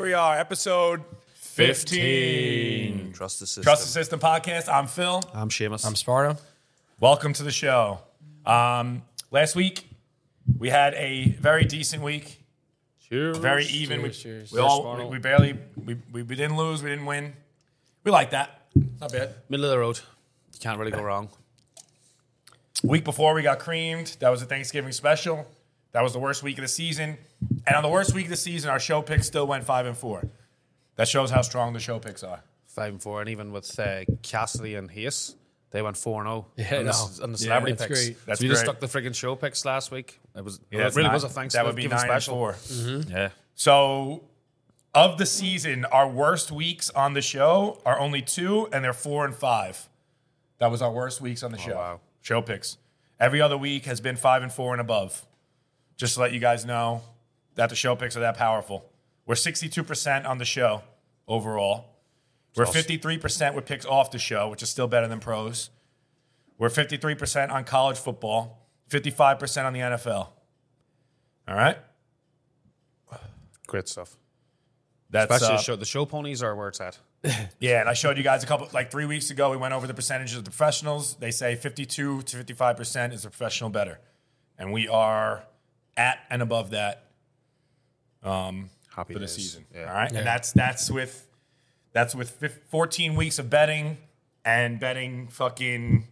we are, episode 15. Trust the system. Trust the System podcast. I'm Phil. I'm Seamus. I'm Sparta. Welcome to the show. Um, last week, we had a very decent week, Cheers. very even. We, Cheers, cheers. we all we, we barely we, we, we didn't lose, we didn't win. We like that. It's not bad. Middle of the road. You can't really go wrong. Week before we got creamed. That was a Thanksgiving special. That was the worst week of the season. And on the worst week of the season, our show picks still went five and four. That shows how strong the show picks are. Five and four, and even with uh, Cassidy and Hayes, they went four and zero. Yeah, on, no. the, on the Yeah, celebrity that's picks. great. That's so we just great. stuck the friggin' show picks last week. It was Yeah, it really that's was a nine- thanks. That would be given nine special. Mm-hmm. special. And four. Yeah, So, of the season, our worst weeks on the show are only two, and they're four and five. That was our worst weeks on the show. wow. Show picks. Every other week has been five and four and above. Just to let you guys know that the show picks are that powerful. We're 62% on the show overall. We're 53% with picks off the show, which is still better than pros. We're 53% on college football, 55% on the NFL. All right? great stuff. That's Especially uh, the show. The show ponies are where it's at. Yeah, and I showed you guys a couple, like three weeks ago, we went over the percentages of the professionals. They say 52 to 55% is a professional better. And we are at and above that Happy for the days. season. Yeah. All right. And that's that's with that's with fif- 14 weeks of betting and betting fucking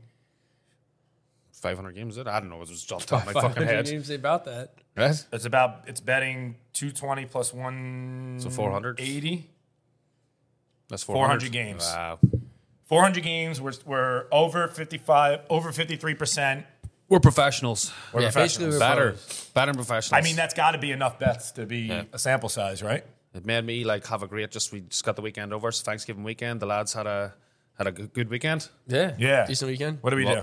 Five hundred games. Is it? I don't know. It was just off the top of my Five fucking head. hundred names about that. Right? it's about it's betting 220 plus 180. So four hundred. That's 400 games. Wow. 400 games we're, we're over 55 over 53%. We're professionals. We're Yeah, professionals. basically we're Better, pros. better professionals. I mean, that's got to be enough bets to be a sample size, right? it made me like have a great. Just we just got the weekend over. It's Thanksgiving weekend. The lads had a had a good, good weekend. Yeah. Yeah. Decent weekend. What do we Well- do?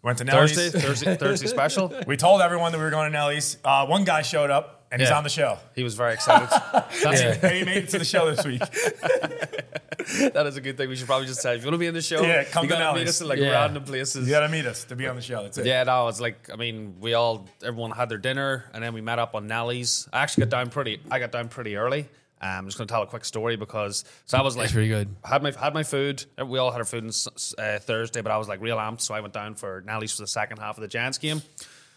Went to Nelly's. Thursday, Thursday, Thursday special. We told everyone that we were going to Nelly's. Uh, one guy showed up, and he's Yeah. on the show. He was very excited. That's And he made it to the show this week. that is a good thing. We should probably just say if you want to be in the show, Yeah, come you to gotta meet Nelly's. us in like Yeah. random places. You got to meet us to be on the show. That's it. Yeah, no, it's like I mean, we all everyone had their dinner, and then we met up on Nelly's. I actually got down pretty. I got down pretty early. Um, I'm just gonna tell a quick story because so I was like That's pretty good. had my had my food. Uh, We all had our food on S- uh, Thursday, but I was like real amped, so I went down for Nelly's for the second half of the Giants game.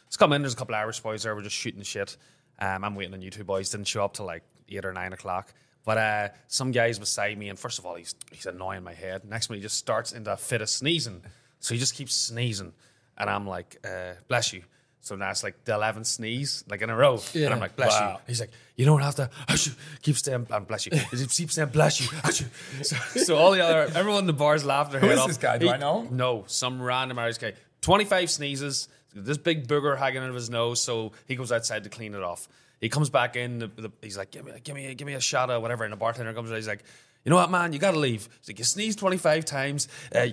Let's come in. There's a couple Irish boys there. We're just shooting the shit. Um, I'm waiting on you two boys. Didn't show up till like eight or nine o'clock. But uh, some guys beside me, and first of all, he's he's annoying my head. Next minute, he just starts into a fit of sneezing. So he just keeps sneezing, and I'm like, uh, "Bless you." So now it's like the 11th sneeze, like in a row. And Yeah. I'm like, bless Wow. you. He's like, you don't have to. Ashoo, keep saying, um, bless you. He keeps saying, bless you. Ashoo. So, so all the other, everyone in the bar's laughing their Who head is off. this guy? Do I know him? No, some random Irish guy. 25 sneezes, this big booger hanging out of his nose. So he goes outside to clean it off. He comes back in. The, the, he's like, give me, give me, give me a shot of whatever. And the bartender comes out. He's like, you know what, man? You got to leave. He's like, you sneezed 25 times. Uh,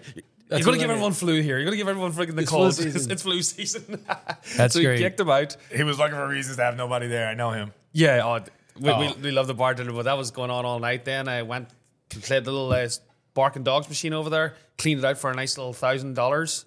you're That's going a to give limit. everyone flu here. You're going to give everyone freaking the It's flu cold. season. It's, it's flu season. That's so he great. kicked him out. He was looking for reasons to have nobody there. I know him. Yeah, oh, d- we, Oh. We, we love the bartender, but that was going on all night. Then I went to play the little uh, barking dogs machine over there, cleaned it out for a nice little thousand dollars.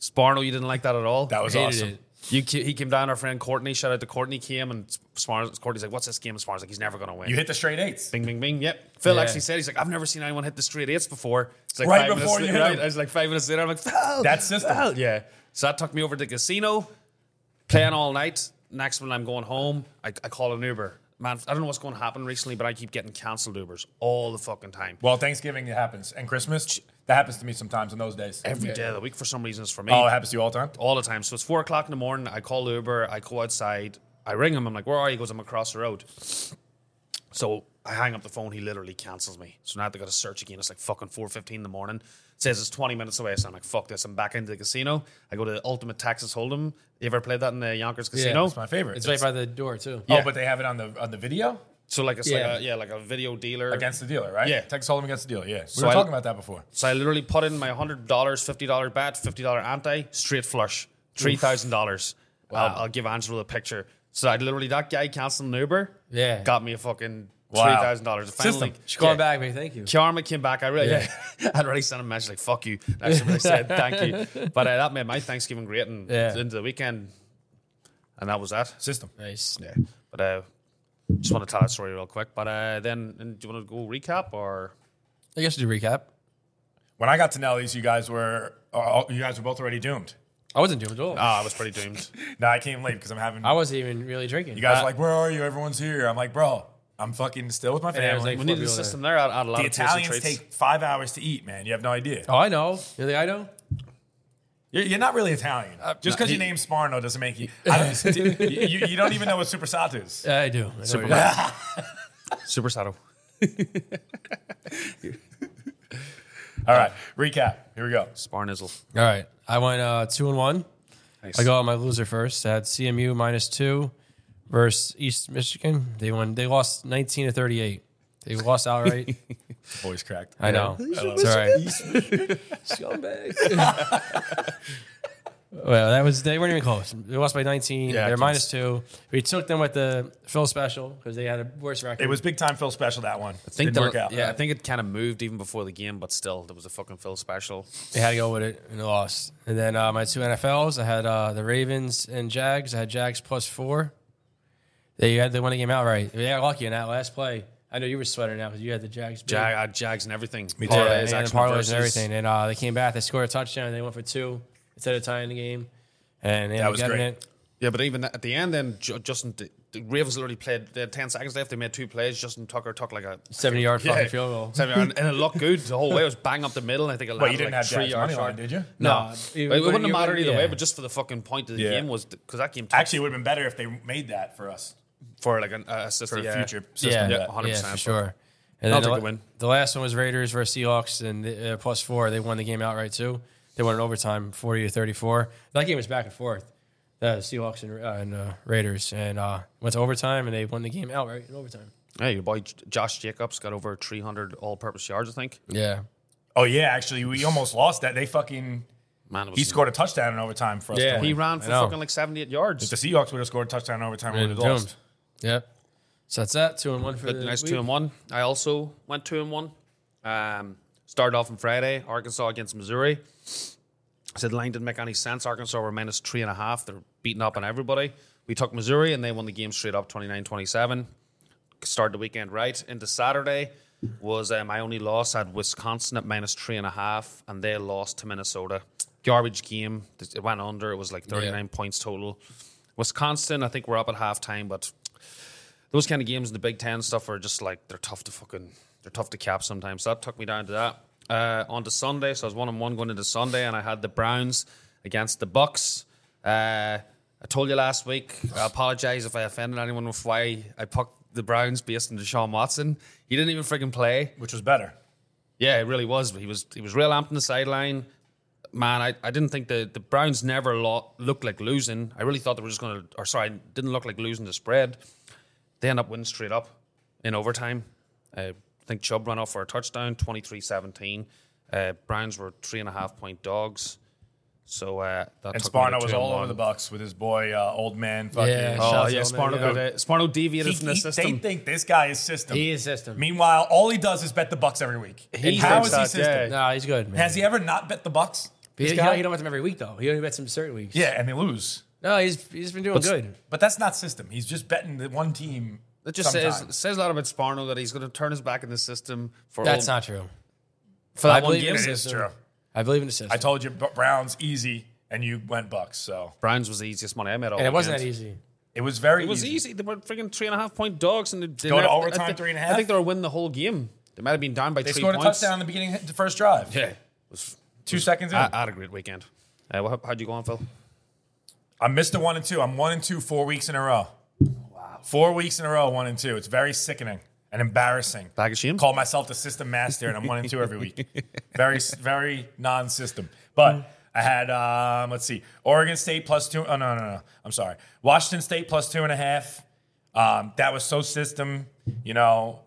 Sparno, you didn't like that at all. That was Hated awesome. it. you. ca- He came down. Our friend Courtney, shout out to Courtney, came and Sparno. Courtney's like, "What's this game?" And Sparno's like, "He's never going to win." You hit the straight eights. Bing, bing, bing. Yep. Phil Yeah. actually said he's like, "I've never seen anyone hit the straight eights before." It's like Right five before minutes, you hit right? him. I was like five minutes later. I'm like, "Phil, That system. Phil." Yeah. So that took me over to the casino playing all night. Next when I'm going home, I, I call an Uber. Man, I don't know what's going to happen recently, but I keep getting cancelled Ubers all the fucking time. Well, Thanksgiving it happens, and Christmas that happens to me sometimes on those days. Every day of the week for some reason it's for me. Oh, it happens to you all the time. all the time. So it's four o'clock in the morning. I call Uber. I go outside. I ring him. I'm like, "Where are you?" He goes, "I'm across the road." So I hang up the phone. He literally cancels me. So now they got to search again. It's like fucking four fifteen in the morning. It says it's twenty minutes away. So I'm like, "Fuck this!" I'm back into the casino. I go to Ultimate Texas Hold'em. You ever played that in the Yonkers Casino? It's my favorite. It's right by the door too. Oh, but they have it on the on the video so like it's Yeah. like a, yeah, like a video dealer. against the dealer, right? Yeah. Texas Hold'em against the dealer. Yeah. We were I- talking about that before. So I literally put in my hundred dollars, fifty dollar bet, fifty dollar anti, straight flush, three thousand dollars. I'll, I'll give Angelo the picture. So I literally that guy canceled an Uber. Yeah. got me a fucking Wow. three thousand dollars. Finally, System. She's calling back, man. Thank you. Karma came back. I really, I'd already sent a message like "fuck you." And I just really said thank you, but uh, that made my Thanksgiving great and Yeah. into the weekend, and that was that. System. Nice. Yeah, but uh, Just want to tell that story real quick. But uh, then, and do you want to go recap or? I guess you do recap. When I got to Nelly's, you guys were uh, you guys were both already doomed. I wasn't doing it at all. Ah, I was pretty doomed. No, I came late because I'm having. I wasn't even really drinking. Uh, you guys are like, where are you? Everyone's here. I'm like, bro, I'm fucking still with my I was family. like, we need Fuck a you, system there. I'd add a lot the of tasty Italians treats. take five hours to eat, man. You have no idea. oh, I know. You think I know? You're, you're not really Italian. Just because no, your name's Sparno doesn't make you. I don't, you, you- you don't even know what supersato is. Yeah, I do. I know Super you- Mario. Super Sato. All right, recap. Here we go. Sparnizzle. All right. I went uh, two and one. Nice. I go on my loser first. I had CMU minus two versus East Michigan. They won. They lost nineteen to thirty-eight. They lost outright. Voice cracked. I know. It's all right. Well, that was they weren't even close. They lost by nineteen. Yeah, They're close. minus two. We took them with the Phil special because they had a worse record. It was big time Phil special that one. I think Didn't the- work out. Yeah, I think it kind of moved even before the game, but still, there was a fucking Phil special. They had to go with it and they lost. And then uh, my two NFLs, I had uh, the Ravens and Jags. I had Jags plus four. They had they won the game outright. They got lucky in that last play. I know you were sweating now because you had the Jags. beat. Jag, uh, Jags and everything. Me too. parlays, and parlays and everything. And uh, they came back. They scored a touchdown. They went for two instead of tying the game. And they ended was up getting great. it. Yeah, but even at the end, then Ju- Justin, the, the Ravens literally played. They had ten seconds left. They made two plays. Justin Tucker took like a 70 yard Yeah. fucking field goal. seven yard, and it looked good the whole way. It was bang up the middle. And I think it But landed you didn't like have three Jack's yards money short. line, did you? No. It, wouldn't have mattered either yeah. way, but just for the fucking point of the Yeah. game was because that game took Actually, it would have been better if they made that for us for like an uh, assist for yeah. a future yeah, system. Yeah. that- Yeah. 100%, for but- sure. And I'll then the, take a la- win. the last one was Raiders versus Seahawks, and the, uh, plus four. They won the game outright too. They won in overtime, forty to thirty-four. That game was back and forth. The Seahawks and, uh, and uh, Raiders, and uh, went to overtime, and they won the game outright in overtime. Yeah, your boy J- Josh Jacobs got over 300 all-purpose yards, I think. Yeah, Oh yeah, actually, we almost lost that. They fucking Man, it was he scored a touchdown in overtime for us. Yeah. to win. He ran I for know. fucking like 78 yards. If the Seahawks would have scored a touchdown in overtime, we would have Doomed. lost. Yep. So that's that. Two and one for Good, the nice week. two and one. I also went two and one. Um, started off on Friday, Arkansas against Missouri. I said the line didn't make any sense. Arkansas were minus three and a half. They're beating up on everybody. We took Missouri and they won the game straight up 29 27. Started the weekend right. Into Saturday was uh, my only loss. I had Wisconsin at minus three and a half and they lost to Minnesota. Garbage game. It went under. It was like 39 points total. Wisconsin, I think we're up at halftime, but those kind of games in the Big Ten stuff are just like they're tough to fucking they're tough to cap sometimes. So that took me down to that. Uh, on to Sunday, so I was one on one going into Sunday, and I had the Browns against the Bucks. Uh, I told you last week. I apologize if I offended anyone with why I picked the Browns based on Deshaun Watson. He didn't even freaking play. Which was better. Yeah, it really was. He was he was real amped on the sideline. Man, I, I didn't think the, the Browns never lo- looked like losing. I really thought they were just going to, or sorry, didn't look like losing the spread. They end up winning straight up in overtime. Uh, I think Chubb ran off for a touchdown, 23 17. Uh, Browns were three and a half point dogs. So uh, And that took me to Sparno was two and all over one. the Bucks with his boy, uh, old man. Fucking. Yeah. Oh, Shout Oh, out yeah, to all Sparno, them, got it. Sparno deviated he- from the he- they system. think this guy is system. He is system. Meanwhile, all he does is bet the Bucks every week. He How thinks is he that, system? yeah. Nah, he's good. Man. Has he ever not bet the Bucks? He's This got- guy? he don't bet them every week though. He only bets them certain weeks. Yeah, and they lose. No, he's he's been doing good. But that's not system. He's just betting the one team. It just says, sometimes. says a lot about Sparno that he's going to turn his back in the system for That's all- not true. for that I one believe game. it It is system. true. I believe in the system. I told you B- Browns easy, and you went Bucks. So Browns was the easiest money I made all and it wasn't weekend. that easy. it was very. It was easy. They were freaking three and a half point dogs, and they, they Go to never- overtime, I think- three and a I half? think they were winning the whole game. They might have been down by They three scored points. a touchdown in the beginning, the first drive. Yeah, It was, Two seconds in. I, I had a great weekend. Uh, well, how, how'd you go on, Phil? I missed a one and two. I'm one and two four weeks in a row. Wow. Four weeks in a row, one and two. It's very sickening and embarrassing. Bag of shame. Call myself the system master, and I'm one and two every week. Very, very non-system. But I had, um, let's see, Oregon State plus two. Oh no, no, no. I'm sorry. Washington State plus two and a half. Um, that was so system. You know,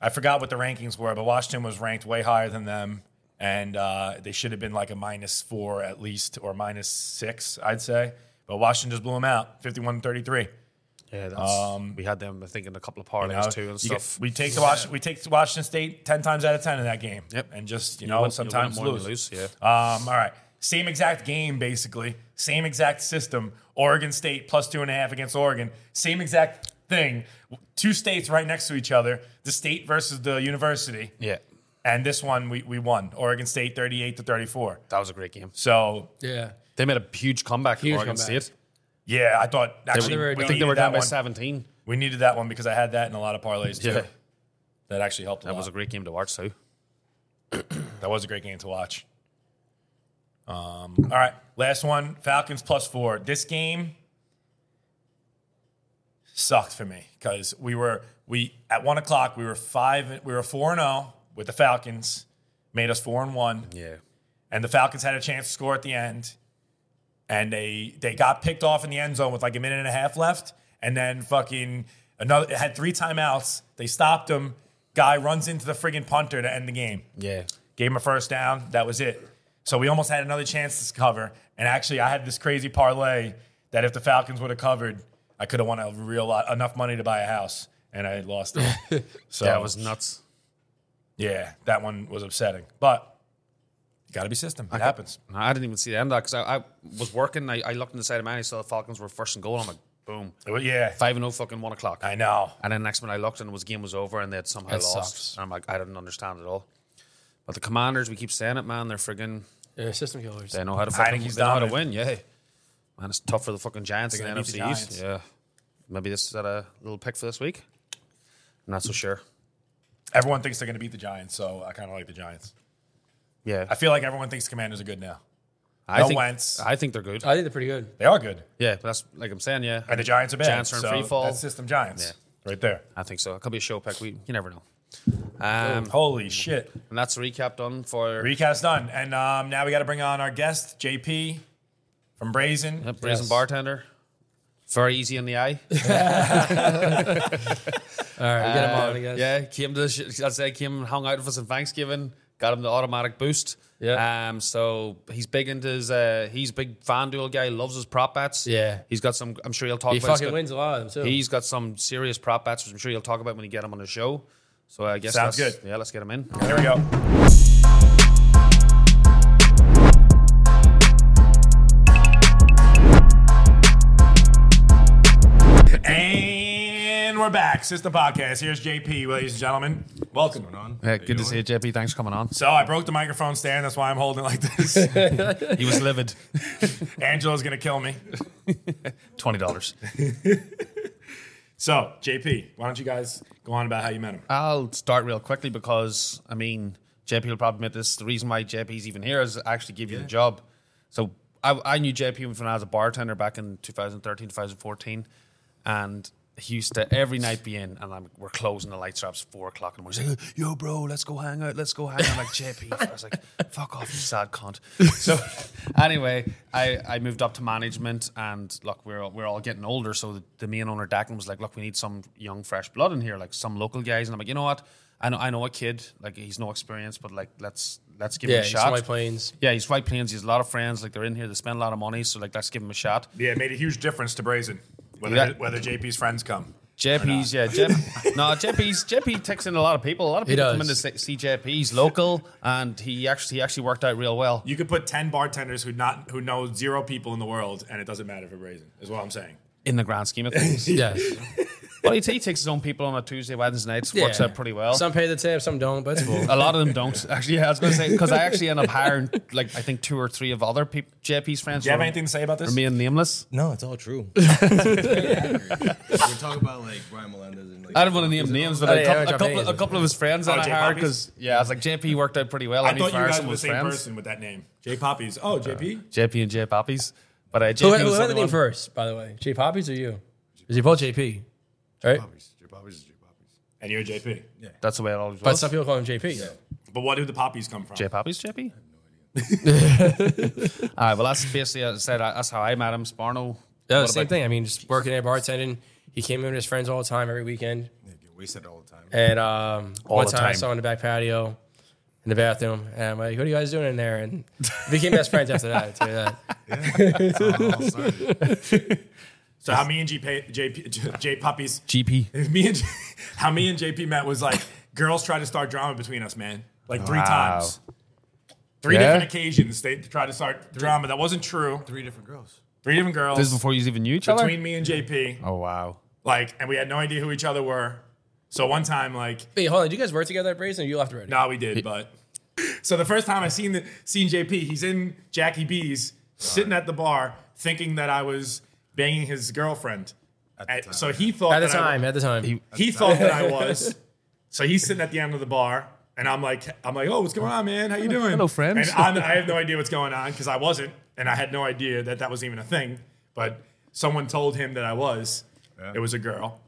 I forgot what the rankings were, but Washington was ranked way higher than them, and uh, they should have been like a minus four at least, or minus six, I'd say. But Washington just blew them out, 51-33. Yeah, that's, um, we had them. I think in a couple of parlays You know, too and you get- stuff. we take the Wash, we take Washington State ten times out of ten in that game. Yep. and just you, You know win- you sometimes win more lose. than you lose, Um, all right, same exact game basically, same exact system. Oregon State plus two and a half against Oregon. Same exact thing. Two states right next to each other, the state versus the university. Yeah, And this one we, we won. Oregon State 38 to 34. that was a great game. So Yeah. They made a huge comeback. Huge Huge Oregon comeback. State. yeah, I thought actually they were- we I I think think needed they were that down by one. seventeen. We needed that one because I had that in a lot of parlays too. Yeah. That actually helped a That lot. was a great game to watch too. that was a great game to watch. Um, all right, last one. Falcons plus four. This game sucked for me because we were we at one o'clock we were five we were four and zero with the Falcons made us four and one Yeah. and the Falcons had a chance to score at the end, and they they got picked off in the end zone with like a minute and a half left, and then fucking another it had three timeouts. They stopped him. Guy runs into the friggin' punter to end the game. Yeah. Gave him a first down. That was it. So we almost had another chance to cover. And actually, I had this crazy parlay that if the Falcons would have covered, I could have won a real lot enough money to buy a house, and I lost it. So That was nuts. yeah, that one was upsetting, but. You gotta be system. It happens. No, I didn't even see the end of that because I, I was working. I, I looked in the side of mine. I saw the Falcons were first and goal. I'm like, boom, It was- yeah, five and zero, fucking one o'clock. I know. And then next minute I looked and it was game was over and they had somehow That lost. sucks. And I'm like, I didn't understand it all. But the Commanders, we keep saying it, man. They're friggin' Yeah, system killers. they know how to fucking Heineke's they know how to dominant. win. Yeah, man, it's tough for the fucking Giants in They're the gonna beat the NFC East. Giants. Yeah, maybe this is that a little pick for this week. I'm Mm. not so sure. Everyone thinks they're going to beat the Giants, so I kind of like the Giants. Yeah, I feel like everyone thinks Commanders are good now. I no think Wentz. I think they're good. I think they're pretty good. They are good, yeah, but that's like I'm saying. Yeah, and the Giants are bad. Giants are in so free fall. That's system Giants, right there. I think so. It could be a show pick. We you never know. Um, Holy shit! And that's a recap done for Recap's done, and um, now we got to bring on our guest JP from Brazen. a brazen Yes. bartender. Very easy in the eye. All right, we get them on, I guess. yeah, came to the sh- I say came and hung out with us on Thanksgiving. Got him the automatic boost. Yeah. Um. So he's big into his. Uh, he's a big fan duel guy. Loves his prop bets. Yeah. He's got some. I'm sure he'll talk. He about. he's fucking got- wins a lot of them too. He's got some serious prop bets, which I'm sure he'll talk about when you get him on the show. So I guess Sounds let's- good. Yeah, let's get him in. Here we go. And we're back. System Podcast. Here's JP, ladies and gentlemen. Welcome. on? Yeah, good to see you, JP. Thanks for coming on. So I broke the microphone stand. That's why I'm holding it like this. He was livid. Angela's gonna kill me. Twenty dollars. So JP, why don't you guys go on about how you met him? I'll start real quickly because I mean JP will probably admit this. The reason why JP's even here is to actually give you the job. So I, I knew JP when I was a bartender back in 2013, 2014, and he used to every night be in, and I'm, we're closing the light straps four o'clock in the morning. He's like, "Yo, bro, let's go hang out. Let's go hang out." I'm like JP, I was like, "Fuck off, you sad cunt." So anyway, I, I moved up to management, and look, we're all, we're all getting older. So the, the main owner Dakin was like, "Look, we need some young, fresh blood in here, like some local guys." And I'm like, "You know what? I know I know a kid. Like he's no experience, but like let's let's give yeah, him a he's shot." from White Plains. Yeah, he's White Plains. He has a lot of friends. Like they're in here. They spend a lot of money. So like, let's give him a shot. Yeah, it made a huge difference to Brazen whether Yeah. whether JP's friends come. JP's, yeah, JP. no, JP's JP takes in a lot of people. A lot of people come in to does. see see JP. He's local, and he actually he actually worked out real well. You could put ten bartenders who not who know zero people in the world, and it doesn't matter for Brazen. Is what I'm saying. in the grand scheme of things. Yes. well, he, he takes his own people on a Tuesday, Wednesday nights. Works Yeah. out pretty well. Some pay the tab, some don't, but it's cool. a lot of them don't actually. I was going to say because I actually end up hiring like I think two or three of other peop JP's friends. Do you have who are- anything to say about are this? Remain nameless. No, it's all true. We're talking about like Brian Melendez and like. I don't want to name names, but Oh, a, yeah, cou- I a drop couple, names. a couple of his friends Oh, that I J hired Poppies? because yeah, I was like JP worked out pretty well. I and he thought you fired guys some were of the his same friends. Uh, person with that name. J Poppies. Oh, JP. JP and J Poppies, but uh, JP Who, was who the had only the one- name first, by the way? J Poppies or you? Is he both JP? Right? Poppies. Your poppies is your poppies. And you're JP. That's the way it always But was. some people call him JP. But what do the poppies come from? J Poppies, JP? All right, well, that's basically, as I said, that's how I met him. Sparno. Yeah, What Oh, same about- thing. I mean, just working at bartending. He came in with his friends all the time, every weekend. They get wasted all the time. And um, one the time, I time. saw him in the back patio, in the bathroom, and I'm like, "What are you guys doing in there?" And we became best friends after that. I tell you that. That's how it all started. So how me and JP, JP J, J Poppies, GP. me and J- how me and JP met was like girls try to start drama between us, man. Like three Wow. times, three Yeah? different occasions they tried to start drama that wasn't true. Three different girls. Three different girls This is before you even knew each other? between me and JP. oh, wow. Like, and we had no idea who each other were. So one time, like, Wait, hold on. Did you guys work together at Brazen or you left already? no, we did, but. So the first time I seen the seen JP, he's in Jackie B's, sitting at the bar, thinking that I was banging his girlfriend. the And time. so he thought At the that I wa- time, at the time. he thought that I was. So he's sitting at the end of the bar, and I'm like, I'm like, oh, what's going on, man? How you doing? hello, friends. And I'm, I have no idea what's going on because I wasn't, and I had no idea that that was even a thing. But someone told him that I was. It was a girl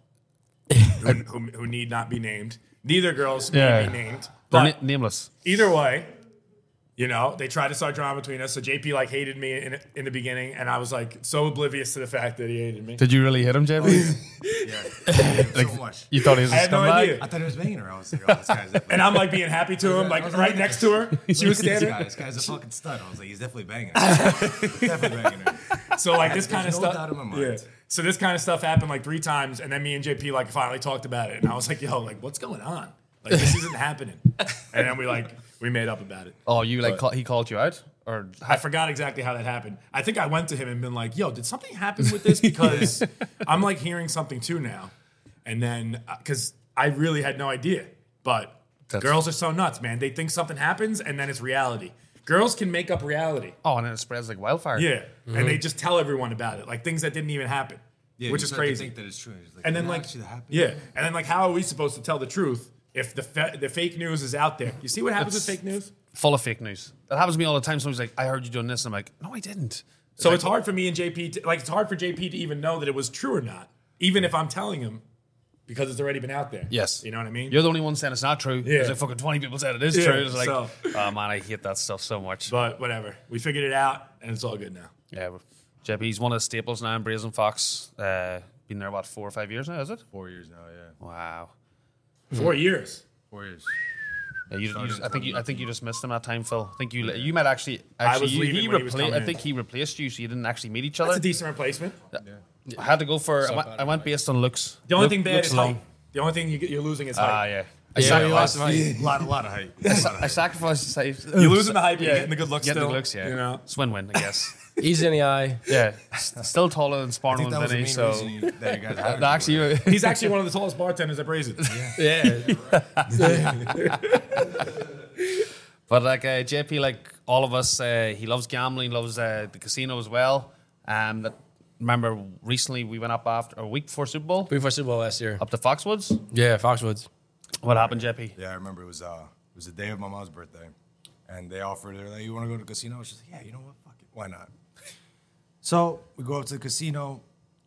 who, who, who need not be named. Neither girls Yeah. need to be named. They're But na- nameless. either way, you know, they tried to start drama between us. So JP like hated me in, in the beginning, and I was like so oblivious to the fact that he hated me. Did you really hit him, JB? Yeah. so much. You thought he was a I had no scumbag? idea. I thought it was banging her. I was like, oh, this guy's definitely. And I'm like being happy to him, like right next to her. She was Look at this standing. guy. This guy's a fucking stud. I was like, he's definitely banging her. definitely banging her. So like this kind of There's no stuff. doubt in my mind. Yeah. So this kind of stuff happened like three times, and then me and JP like finally talked about it, and I was like, "Yo, like what's going on? Like this isn't happening." And then we like we made up about it. Oh, you like call, he called you out or I forgot exactly how that happened. I think I went to him and been like, "Yo, did something happen with this?" Because I'm like hearing something too now, and then because I really had no idea. But girls are so nuts, man. They think something happens, and then it's reality. Girls can make up reality. oh, and then it spreads like wildfire. Yeah, and Mm-hmm. they just tell everyone about it, like things that didn't even happen, Yeah, which you is start to crazy. think that it's true. It's like, and then nah, like, shit happened. yeah, and then like, how are we supposed to tell the truth if the fa- the fake news is out there? You see what happens with fake news? full of fake news. That happens to me all the time. Someone's like, "I heard you doing this," and I'm like, "No, I didn't." So it's hard for me and JP, to, like, it's hard for JP to even know that it was true or not, even if I'm telling him, because it's already been out there. Yes. you know what I mean. You're the only one saying it's not true. Yeah. There's like fucking 20 people said it is Yeah, true. It's like, so- oh man, I hate that stuff so much. but whatever, we figured it out, and it's all good now. yeah, but JP's one of the staples now in Brazen Fox. Uh, been there about four or five years now, is it? Four years now, yeah. Wow. Mm-hmm. Four years. Four years. Yeah, you, you, Started I think you, I think you just missed him that time, Phil. I think you you might actually actually was you- leaving he when he was repla- coming I in. think he replaced you, so you didn't actually meet each That's a other. decent replacement. I had to go for I went, bad, I went based on looks. The only Look- thing bad looks is long. height. The only thing you get, you're losing is Ah, height. yeah. Yeah, you lost the fight. A lot, a lot of hype. A lot of I hype. sacrificed. sa- You're losing the hype, but you're getting the good looks Getting still. the looks, yeah. You know, It's win-win, I guess. Easy in the eye. yeah, s- still taller than I Sparno think and that was the Vinny, main so reason you, that you guys hired No, me. actually, he's actually one of the tallest bartenders at Brazen. Yeah. but like uh, JP, like all of us, uh, he loves gambling, loves uh, the casino as well. Um, that, remember recently we went up after a week before Super Bowl Before Super Bowl last year. up to Foxwoods. Yeah, Foxwoods. What happened, JP? Yeah, I remember it was uh it was the day of my mom's birthday, and they offered her like, "You want to go to the casino?" She's like, "Yeah, you know what? Fuck it, why not?" So we go up to the casino.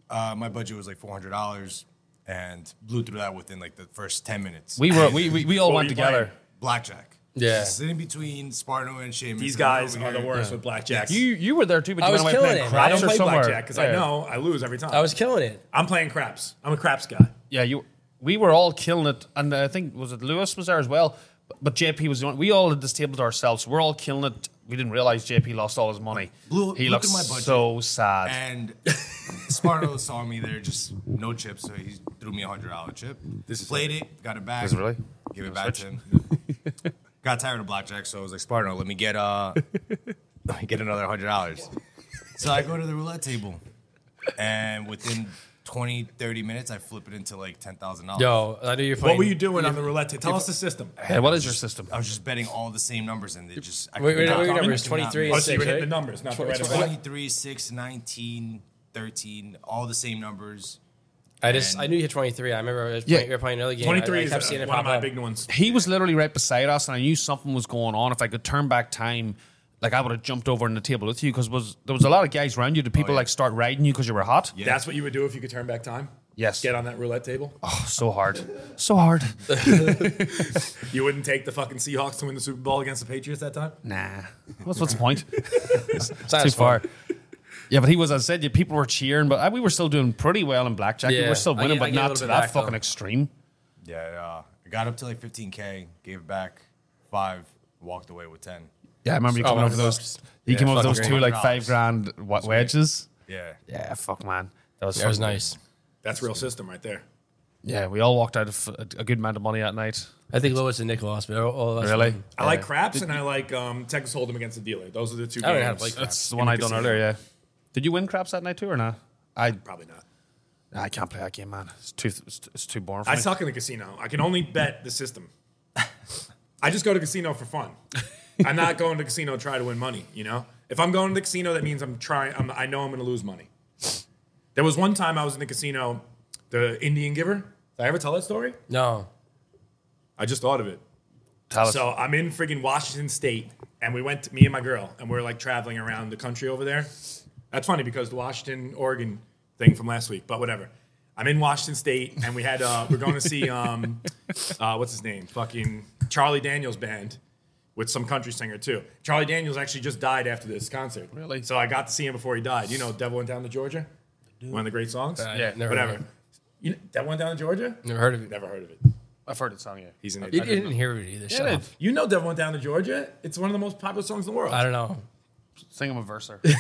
Uh, my budget was like four hundred dollars, and blew through that within like the first ten minutes. We were we we, we all What went were you playing? together. blackjack. Yeah. sitting between Sparno and Shaman. These guys are the worst with blackjack. You you were there too, but I you was went away killing playing it. I craps don't or play somewhere. blackjack because I Yeah. know I lose every time. I was killing it. I'm playing craps. I'm a craps guy. Yeah, you. We were all killing it, and I think was it Lewis was there as well. But, but JP was the one. We all had this table to ourselves. We're all killing it. We didn't realize JP lost all his money. Blew- he blew looks through my budget. so sad. And Sparno saw me there, just no chips, so he threw me a hundred dollar chip. This played it, got it back. Is it really? Give it back to him. got tired of blackjack, so I was like, Sparno, let me get uh, let me get another hundred dollars. So I go to the roulette table, and within 20, 30 minutes, I flip it into like ten thousand dollars. Yo, I knew you were What playing. were you doing on the roulette? table? Tell us the system. Hey, what is your system? I was just betting all the same numbers, and they just I Wait, could wait, not- wait, I number is could not 23 make- Oh, and so you 6, were hitting right? the numbers, not the Tw- red. tw- and white. 23, 6, 19, 13, all the same numbers. I just, I knew you hit 23. I remember I was Yeah. playing, we were playing another game. I, 23 I is kept seeing uh, it one pop of my up. big ones. He was literally right beside us, and I knew something was going on. If I could turn back time, like I would have jumped over on the table with you because was there was a lot of guys around you. Did Oh, people like start riding you because you were hot? Yeah. That's what you would do if you could turn back time. Yes. Get on that roulette table. Oh, so hard, so hard. You wouldn't take the fucking Seahawks to win the Super Bowl against the Patriots that time. Nah, what's what's the point? not too as far. fun. Yeah, but he was. I said, yeah, people were cheering, but I, we were still doing pretty well in blackjack. we Yeah. were still I winning, but get- I get a not little to bit that back, fucking though. extreme. Yeah, uh, I got up to like 15k, gave back five, walked away with 10. Yeah, I remember you Oh, coming wow. over those. You came over fucking those two great. like five grand wa- wedges. Yeah, Yeah, fuck man, that was That was fucking- nice. That's real system right there. Yeah, we all walked out of a, a good amount of money that night. I think Lois and Nick lost, but all- all of us Really, won. I like craps and I like um, Texas Hold'em against the dealer. Those are the two I don't know how to games. play craps. that's the one I done earlier. Yeah, did you win craps that night too or not? I Probably not. Nah, I can't play that game, man. It's too it's, it's too boring for I me. suck in the casino. I can only bet the system. I just go to casino for fun. I'm not going to casino to try to win money. You know, if I'm going to the casino, that means I'm trying. I'm, I know I'm going to lose money. There was one time I was in the casino, the Indian Giver. Did I ever tell that story? No. I just thought of it. Tell us. So I'm in friggin' Washington State, and we went, me and my girl, and we are like traveling around the country over there. That's funny because the Washington, Oregon thing from last week, but whatever. I'm in Washington State, and we had uh, we're going to see um, uh, what's his name, fucking Charlie Daniels band with some country singer too. Charlie Daniels actually just died after this concert. Really? So I got to see him before he died. You know, "Devil Went Down to Georgia," one of the great songs. Yeah, never Heard whatever. of it. You know, "Devil Went Down to Georgia." Never heard of it. Never heard of it. I've heard it song, yeah. He's an You idiot. didn't hear it either. Shut I up. did. You know Devil Went Down to Georgia. It's one of the most popular songs in the world. I don't know. Sing him a verse there.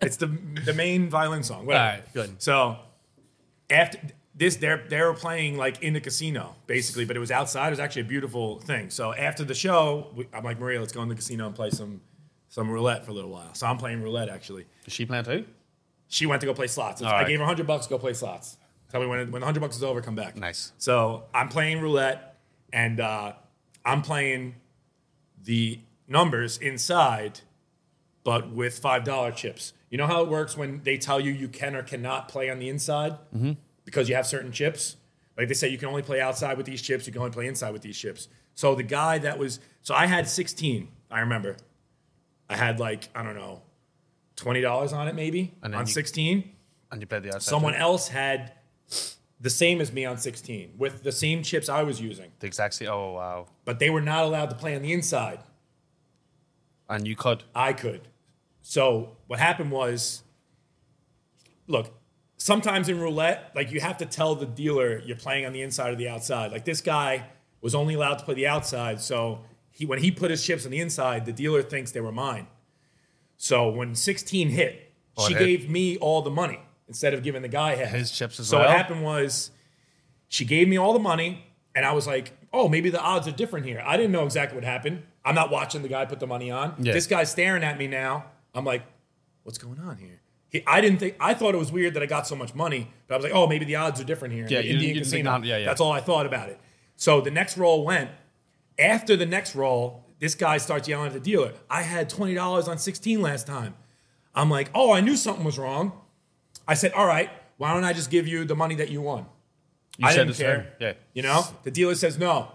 It's the the main violin song. Whatever. All right, good. So after this, they're they were playing like in the casino basically, but it was outside. It was actually a beautiful thing. So after the show, we, I'm like Maria, let's go in the casino and play some some roulette for a little while. So I'm playing roulette actually. Is she playing too? She went to go play slots. I right. gave her 100 bucks to go play slots. Tell me when when the 100 bucks is over, come back. Nice. So I'm playing roulette, and uh, I'm playing the numbers inside, but with five dollar chips. You know how it works when they tell you you can or cannot play on the inside Mm-hmm. because you have certain chips. Like they say, you can only play outside with these chips. You can only play inside with these chips. So the guy that was so I had 16. I remember, I had like I don't know, twenty dollars on it maybe And then on you- 16. And you played the outside. Someone too? else had the same as me on 16 with the same chips I was using, The exact same. Oh, wow. but they were not allowed to play on the inside. And you could. I could. So what happened was, look, sometimes in roulette, like you have to tell the dealer you're playing on the inside or the outside. Like this guy was only allowed to play the outside, so he when he put his chips on the inside, the dealer thinks they were mine. So when 16 hit, Oh, she it hit. gave me all the money instead of giving the guy half. His chips as so well? what happened was, she gave me all the money, and I was like, oh, maybe the odds are different here. I didn't know exactly what happened. I'm not watching the guy put the money on. Yeah. This guy's staring at me now. I'm like, what's going on here? He, I didn't think I thought it was weird that I got so much money, but I was like, oh, maybe the odds are different here. in Yeah, the you- Indian you didn't think casino. not- yeah, yeah. That's all I thought about it. So the next roll went. After the next roll, this guy starts yelling at the dealer. I had twenty dollars on sixteen last time. I'm like, oh, I knew something was wrong. I said, all right, why don't I just give you the money that you won? You I said didn't the care. same. Yeah. You know, the dealer says no.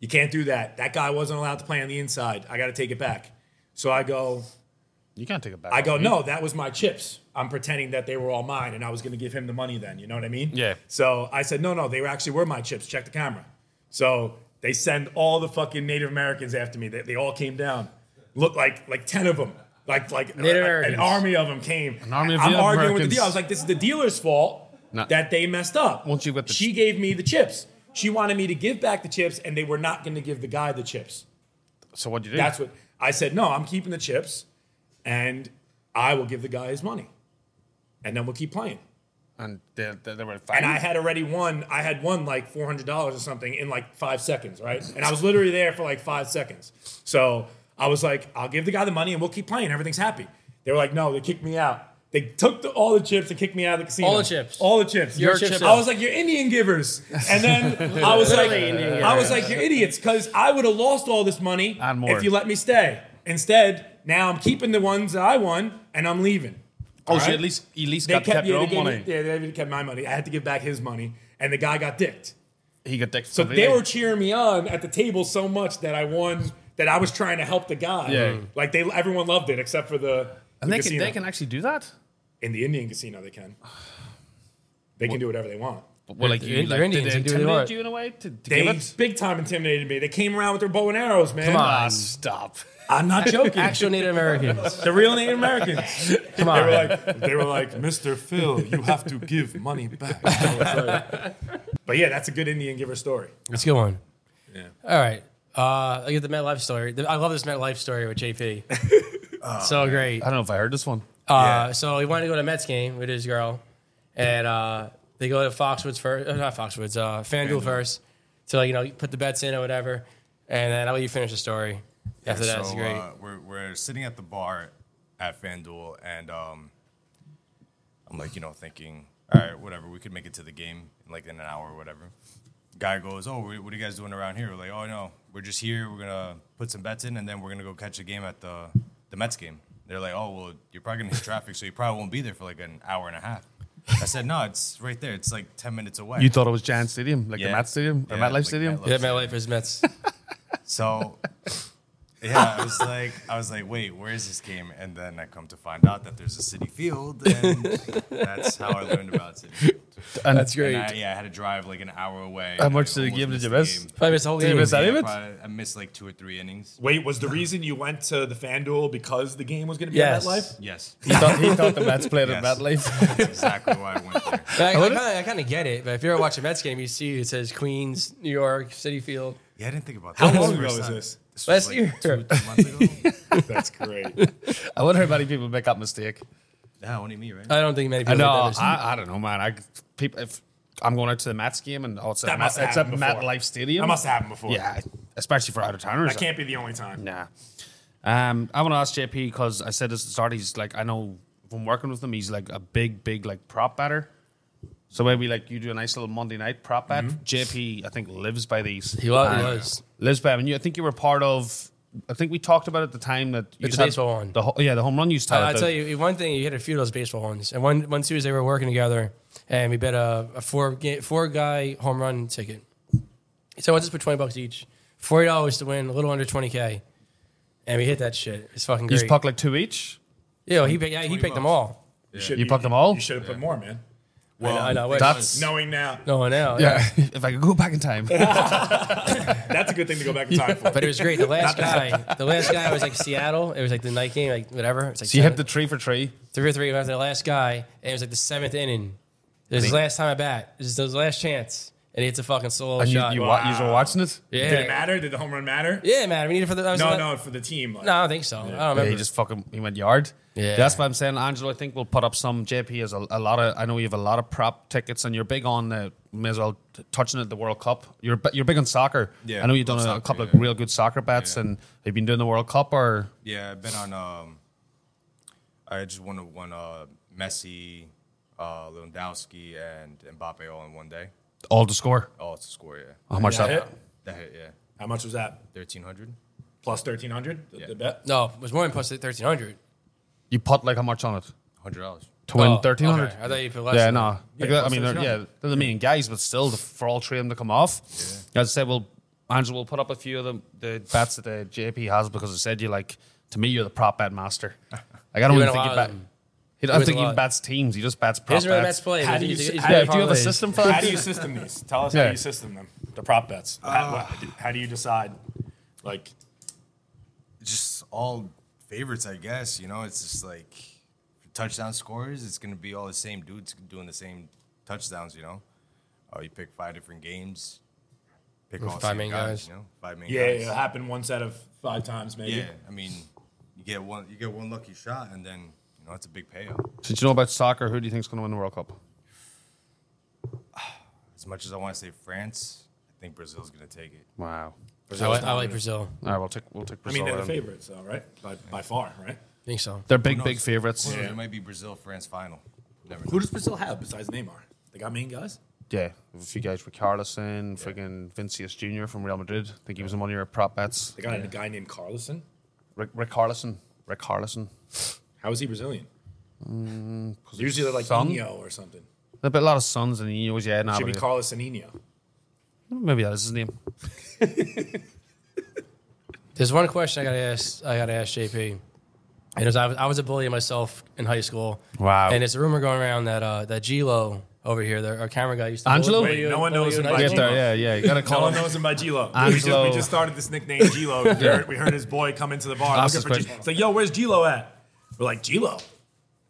You can't do that. That guy wasn't allowed to play on the inside. I got to take it back. So I go. You can't take it back. I go. You- No, that was my chips. I'm pretending that they were all mine, and I was going to give him the money. Then you know what I mean? Yeah. So I said, no, no, they were actually were my chips. Check the camera. So they send all the fucking Native Americans after me. They, they all came down. Look like like ten of them. Like like Native a- Americans. an army of them came. An army of I'm Native arguing with the Americans. dealer. I was like, this is the dealer's fault No. that they messed up. Once you get the- she gave me the chips. She wanted me to give back the chips, and they were not going to give the guy the chips. So what do you do? That's what I said. No, I'm keeping the chips, and I will give the guy his money, and then we'll keep playing. And they, they, they were And fighting. I had already won. I had won like four hundred dollars or something in like five seconds, right? And I was literally there for like five seconds. So I was like, I'll give the guy the money, and we'll keep playing. Everything's happy. They were like, No, they kicked me out. They took the, all the chips and kicked me out of the casino. All the chips. All the chips. Your chips. I was like, You're Indian givers. And then I was like, Literally Indian I was like, You're idiots, because I would have lost all this money And more. if you let me stay. Instead, now I'm keeping the ones that I won, and I'm leaving oh, so right. you at least, you at least they got kept, kept yeah, your they gave own me- money. yeah, they kept my money. I had to give back his money, and the guy got dicked. He got dicked. So they were cheering me on at the table so much that I won. That I was trying to help the guy. Yeah. Like they, everyone loved it except for the, the Mm. And they can, casino. they can actually do that? in the Indian casino. They can. They can do whatever they want. Well, like, They're- you, they're like, did Indians, they they do what they intimidate want. you in a way to, to They give it? big time intimidated me. They came around with their bow and arrows, man. Come Ah, on. stop. I'm not joking. Actual Native Americans. the real Native Americans. They Come were on. like, they were like, Mr. Phil, you have to give money back. but yeah, that's a good Indian giver story. It's a good one. All right. Uh, I get the MetLife story. The- I love this MetLife story with JP. so great. I don't know if I heard this one. Uh, So he wanted to go to a Mets game with his girl, and uh, they go to Foxwoods first, uh, not Foxwoods, uh, FanDuel first to like, you know put the bets in or whatever, and then I'll let you finish the story. After that, so, it's great. Uh, we're, we're sitting at the bar at FanDuel, and um, I'm I'm like, you know, thinking, all right, whatever, we could make it to the game in like in an hour or whatever. Guy goes, oh, what are you guys doing around here? We're like, oh no, we're just here. We're gonna put some bets in, and then we're gonna go catch a game at the the Mets game. They're like, oh well, you're probably gonna hit traffic, so you probably won't be there for like an hour and a half. I said, no, it's right there. It's like ten minutes away. You thought it was Giant Stadium, like Yeah. the Matt Stadium, or Yeah, MetLife like Stadium? MetLife. Yeah, my life is Mets. So yeah, I was like, I was like, wait, where is this game? And then I come to find out that there's a city field, and that's how I learned about city field. And That's great. And I, yeah, I had to drive like an hour away. How and much I did the game did almost missed you the miss? game. Probably missed the whole game. miss that? Yeah, it? probably- I missed like two or three innings. Wait, was the reason you went to the FanDuel because the game was going to be Yes. at MetLife? Yes, he, thought, he thought the Mets played Yes. at MetLife. that's exactly why I went there. I, I kinda, I kind of get it, but if you're watching a Mets game, you see it says Queens, New York, City Field. Yeah, I didn't think about How that. long This ago first is time. this? This Last was like year. two, two months ago. That's great. I wonder how many people make that mistake. yeah, only me, right? I don't think many I people. know. have done I, I don't know, man. I people if I'm going out to the Mets game and oh, it's That at, must Met- have it's at happened before. MetLife Stadium. That must have happened before. yeah, especially for out of towners. That can't be the only time. Nah. Um, I want to ask JP because I said this at the start. He's like, I know from working with him, he's like a big, big like prop batter. So maybe like you do a nice little Monday night prop bet. JP, I think lives by these. Um, He was- he was. lives by them. And you, I think you were part of. I think we talked about it at the time that you It's had baseball one. The ho- yeah, the home run you I, started. tell you one thing. You hit a few of those baseball ones, and one one Tuesday we were working together, and we bet a, a four ga- four guy home run ticket. So I just put twenty bucks each, forty dollars to win, a little under twenty k, and we hit that shit. It's fucking you great. just puck like two each. yeah, he picked, yeah, he picked them all. You, should, You plucked them all? You should have put more, man. Well, I know. I know That's Knowing now, no one out. if I could go back in time, that's a good thing to go back in time for. But it was great. The last guy, the last guy was like Seattle. It was like the night game, like whatever. It's like so you hit seven- the tree for tree. three or three after the last guy, and it was like the seventh inning. It was his last time I bat. It was his last chance, and he hits a fucking solo And you, shot. you, wa- you were watching it. yeah, Did it matter? Did the home run matter? yeah, man. We needed for the. I was No, like- no, for the team. Like, no, I don't think so. I don't Yeah, remember. he just fucking he went yard. Yeah. that's what I'm saying. Angelo, I think we'll put up some. JP has a, a lot of. I know you have a lot of prop tickets, and you're big on the. May as well t- touching at the World Cup. You're bi- you're big on soccer. Yeah, I know you've done a, love a soccer, couple yeah. of real good soccer bets, Yeah. and have you been doing the World Cup or Yeah, I've been on. Um, I just won one uh, Messi, uh, Lewandowski, and Mbappe all in one day. all to score? Oh, it's a score, yeah. How much That that? hit? That hit, yeah, How much was that? thirteen hundred. Plus 1300 the, Yeah. the bet? no, it was more than plus thirteen hundred. You put like how much on it Hundred dollars. to win Oh, thirteen hundred? okay. I thought you put less Yeah, than no. that. Like Yeah, that- I plus mean, they're- 1300. yeah, they're the main guys, but still, the, for all three of them to come off. As I said, we'll Angela will put up a few of the, the bets that the JP has because I said you like to me you're the prop bet master. Like, I don't You even win a think lot he of bat. them. He don't wins think a he lot. bats teams. He just bats He prop doesn't really bets. best play. How He's- do you he's- s- he's how good yeah, at do you have a parlays. system for How that? do you system these? Tell us Yeah. how you system them, the prop bets. Uh, how, what- how do you decide? Like, Just all favorites, I guess. You know, it's just like touchdown scores. It's gonna be all the same dudes doing the same touchdowns. You know, oh, you pick five different games. Pick all the five same main guys. You know, five main yeah, guys. it happened once out of five times, maybe. Yeah, I mean, you get one, you get one lucky shot, and then you know it's a big payout. Since you know about soccer, who do you think's going to win the World Cup? As much as I want to say France, I think Brazil's gonna take it. Wow. I like, I like All Brazil. right, we'll take we'll take I Brazil. mean, they're the then. favorites, though, right? By, by far, right? I think so. They're big big favorites. Who knows, Yeah. It might be Brazil France final. Never Who know. does Brazil have besides Neymar? They got main guys? Yeah, a few guys, Ricarlison, friggin' Vincius Jr. from Real Madrid. I think he was in one of your prop bets. They got a guy named Carlison. Rick, Rick Carlison. Rick Carlison. How is he Brazilian? Mm, Usually they're like son? Nino or something. A, bit, a lot of sons and Inos, yeah. Nah, Should be but- Carlison Nino. maybe that is his name. There's one question I gotta ask. I gotta ask JP. And it was, I, was, I was a bully myself in high school. Wow. And it's a rumor going around that uh, that Gilo over here, the, our camera guy, used to Angelo? bully Wait, you- no one bully knows you in him high by Yeah, school. name. yeah, yeah. You gotta No call one him. knows him by G-Lo. We just, Angelo. we just started this nickname G-Lo. We, heard, we heard his boy come into the bar Ask looking this for question. G-Lo. It's like, yo, where's G-Lo at? We're like, G-Lo?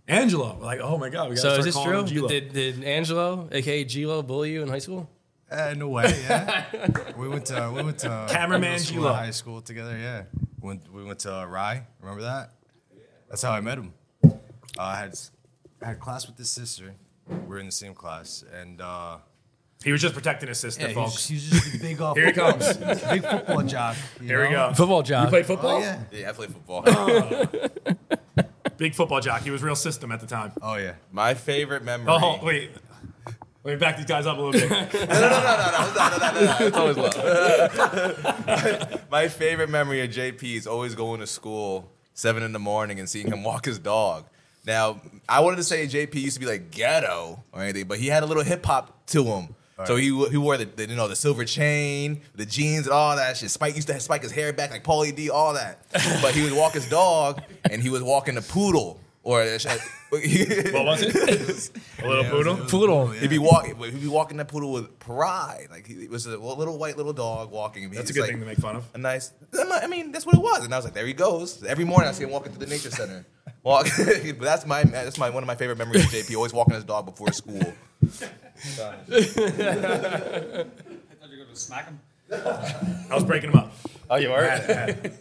Angelo. We're like, oh my God, we gotta So start is this calling true? him G-Lo. Did, did Angelo, aka Gilo, bully you in high school? Eh, no way. Yeah, we went to we went to Cameraman middle school and Gilo. high school together. Yeah, went, we went to Rye. Remember that? That's how I met him. Uh, I had I had class with his sister. We were in the same class, and uh, He was just protecting his sister, yeah, he's, folks. he's just a big off. Here he comes. big football jock. you Here we know? go. Oh, Oh, Football You job. play football? Yeah, I play football. Big football jockey. He was real system at the time. Oh yeah. My favorite memory. Oh, wait. Wait, back these guys up a little bit. It's always love. My favorite memory of JP is always going to school seven in the morning and seeing him walk his dog. Now, I wanted to say JP used to be like ghetto or anything, but he had a little hip hop to him. So he, he wore the, the you know the silver chain, the jeans, and all that shit. Spike used to spike his hair back like Paulie D, all that. But he would walk his dog, and he was walking a poodle or a, What was it? A little poodle? Poodle. He'd be walking. He'd be walking that poodle with pride. Like he it was a little white little dog walking. That's a good thing to make fun of. A nice. I mean, that's what it was. And I was like, there he goes. Every morning I see him walking to the nature center. Walk. but that's my that's my one of my favorite memories of JP. Always walking his dog before school. I thought you were going to smack him. I was breaking them up. Oh, you are? That's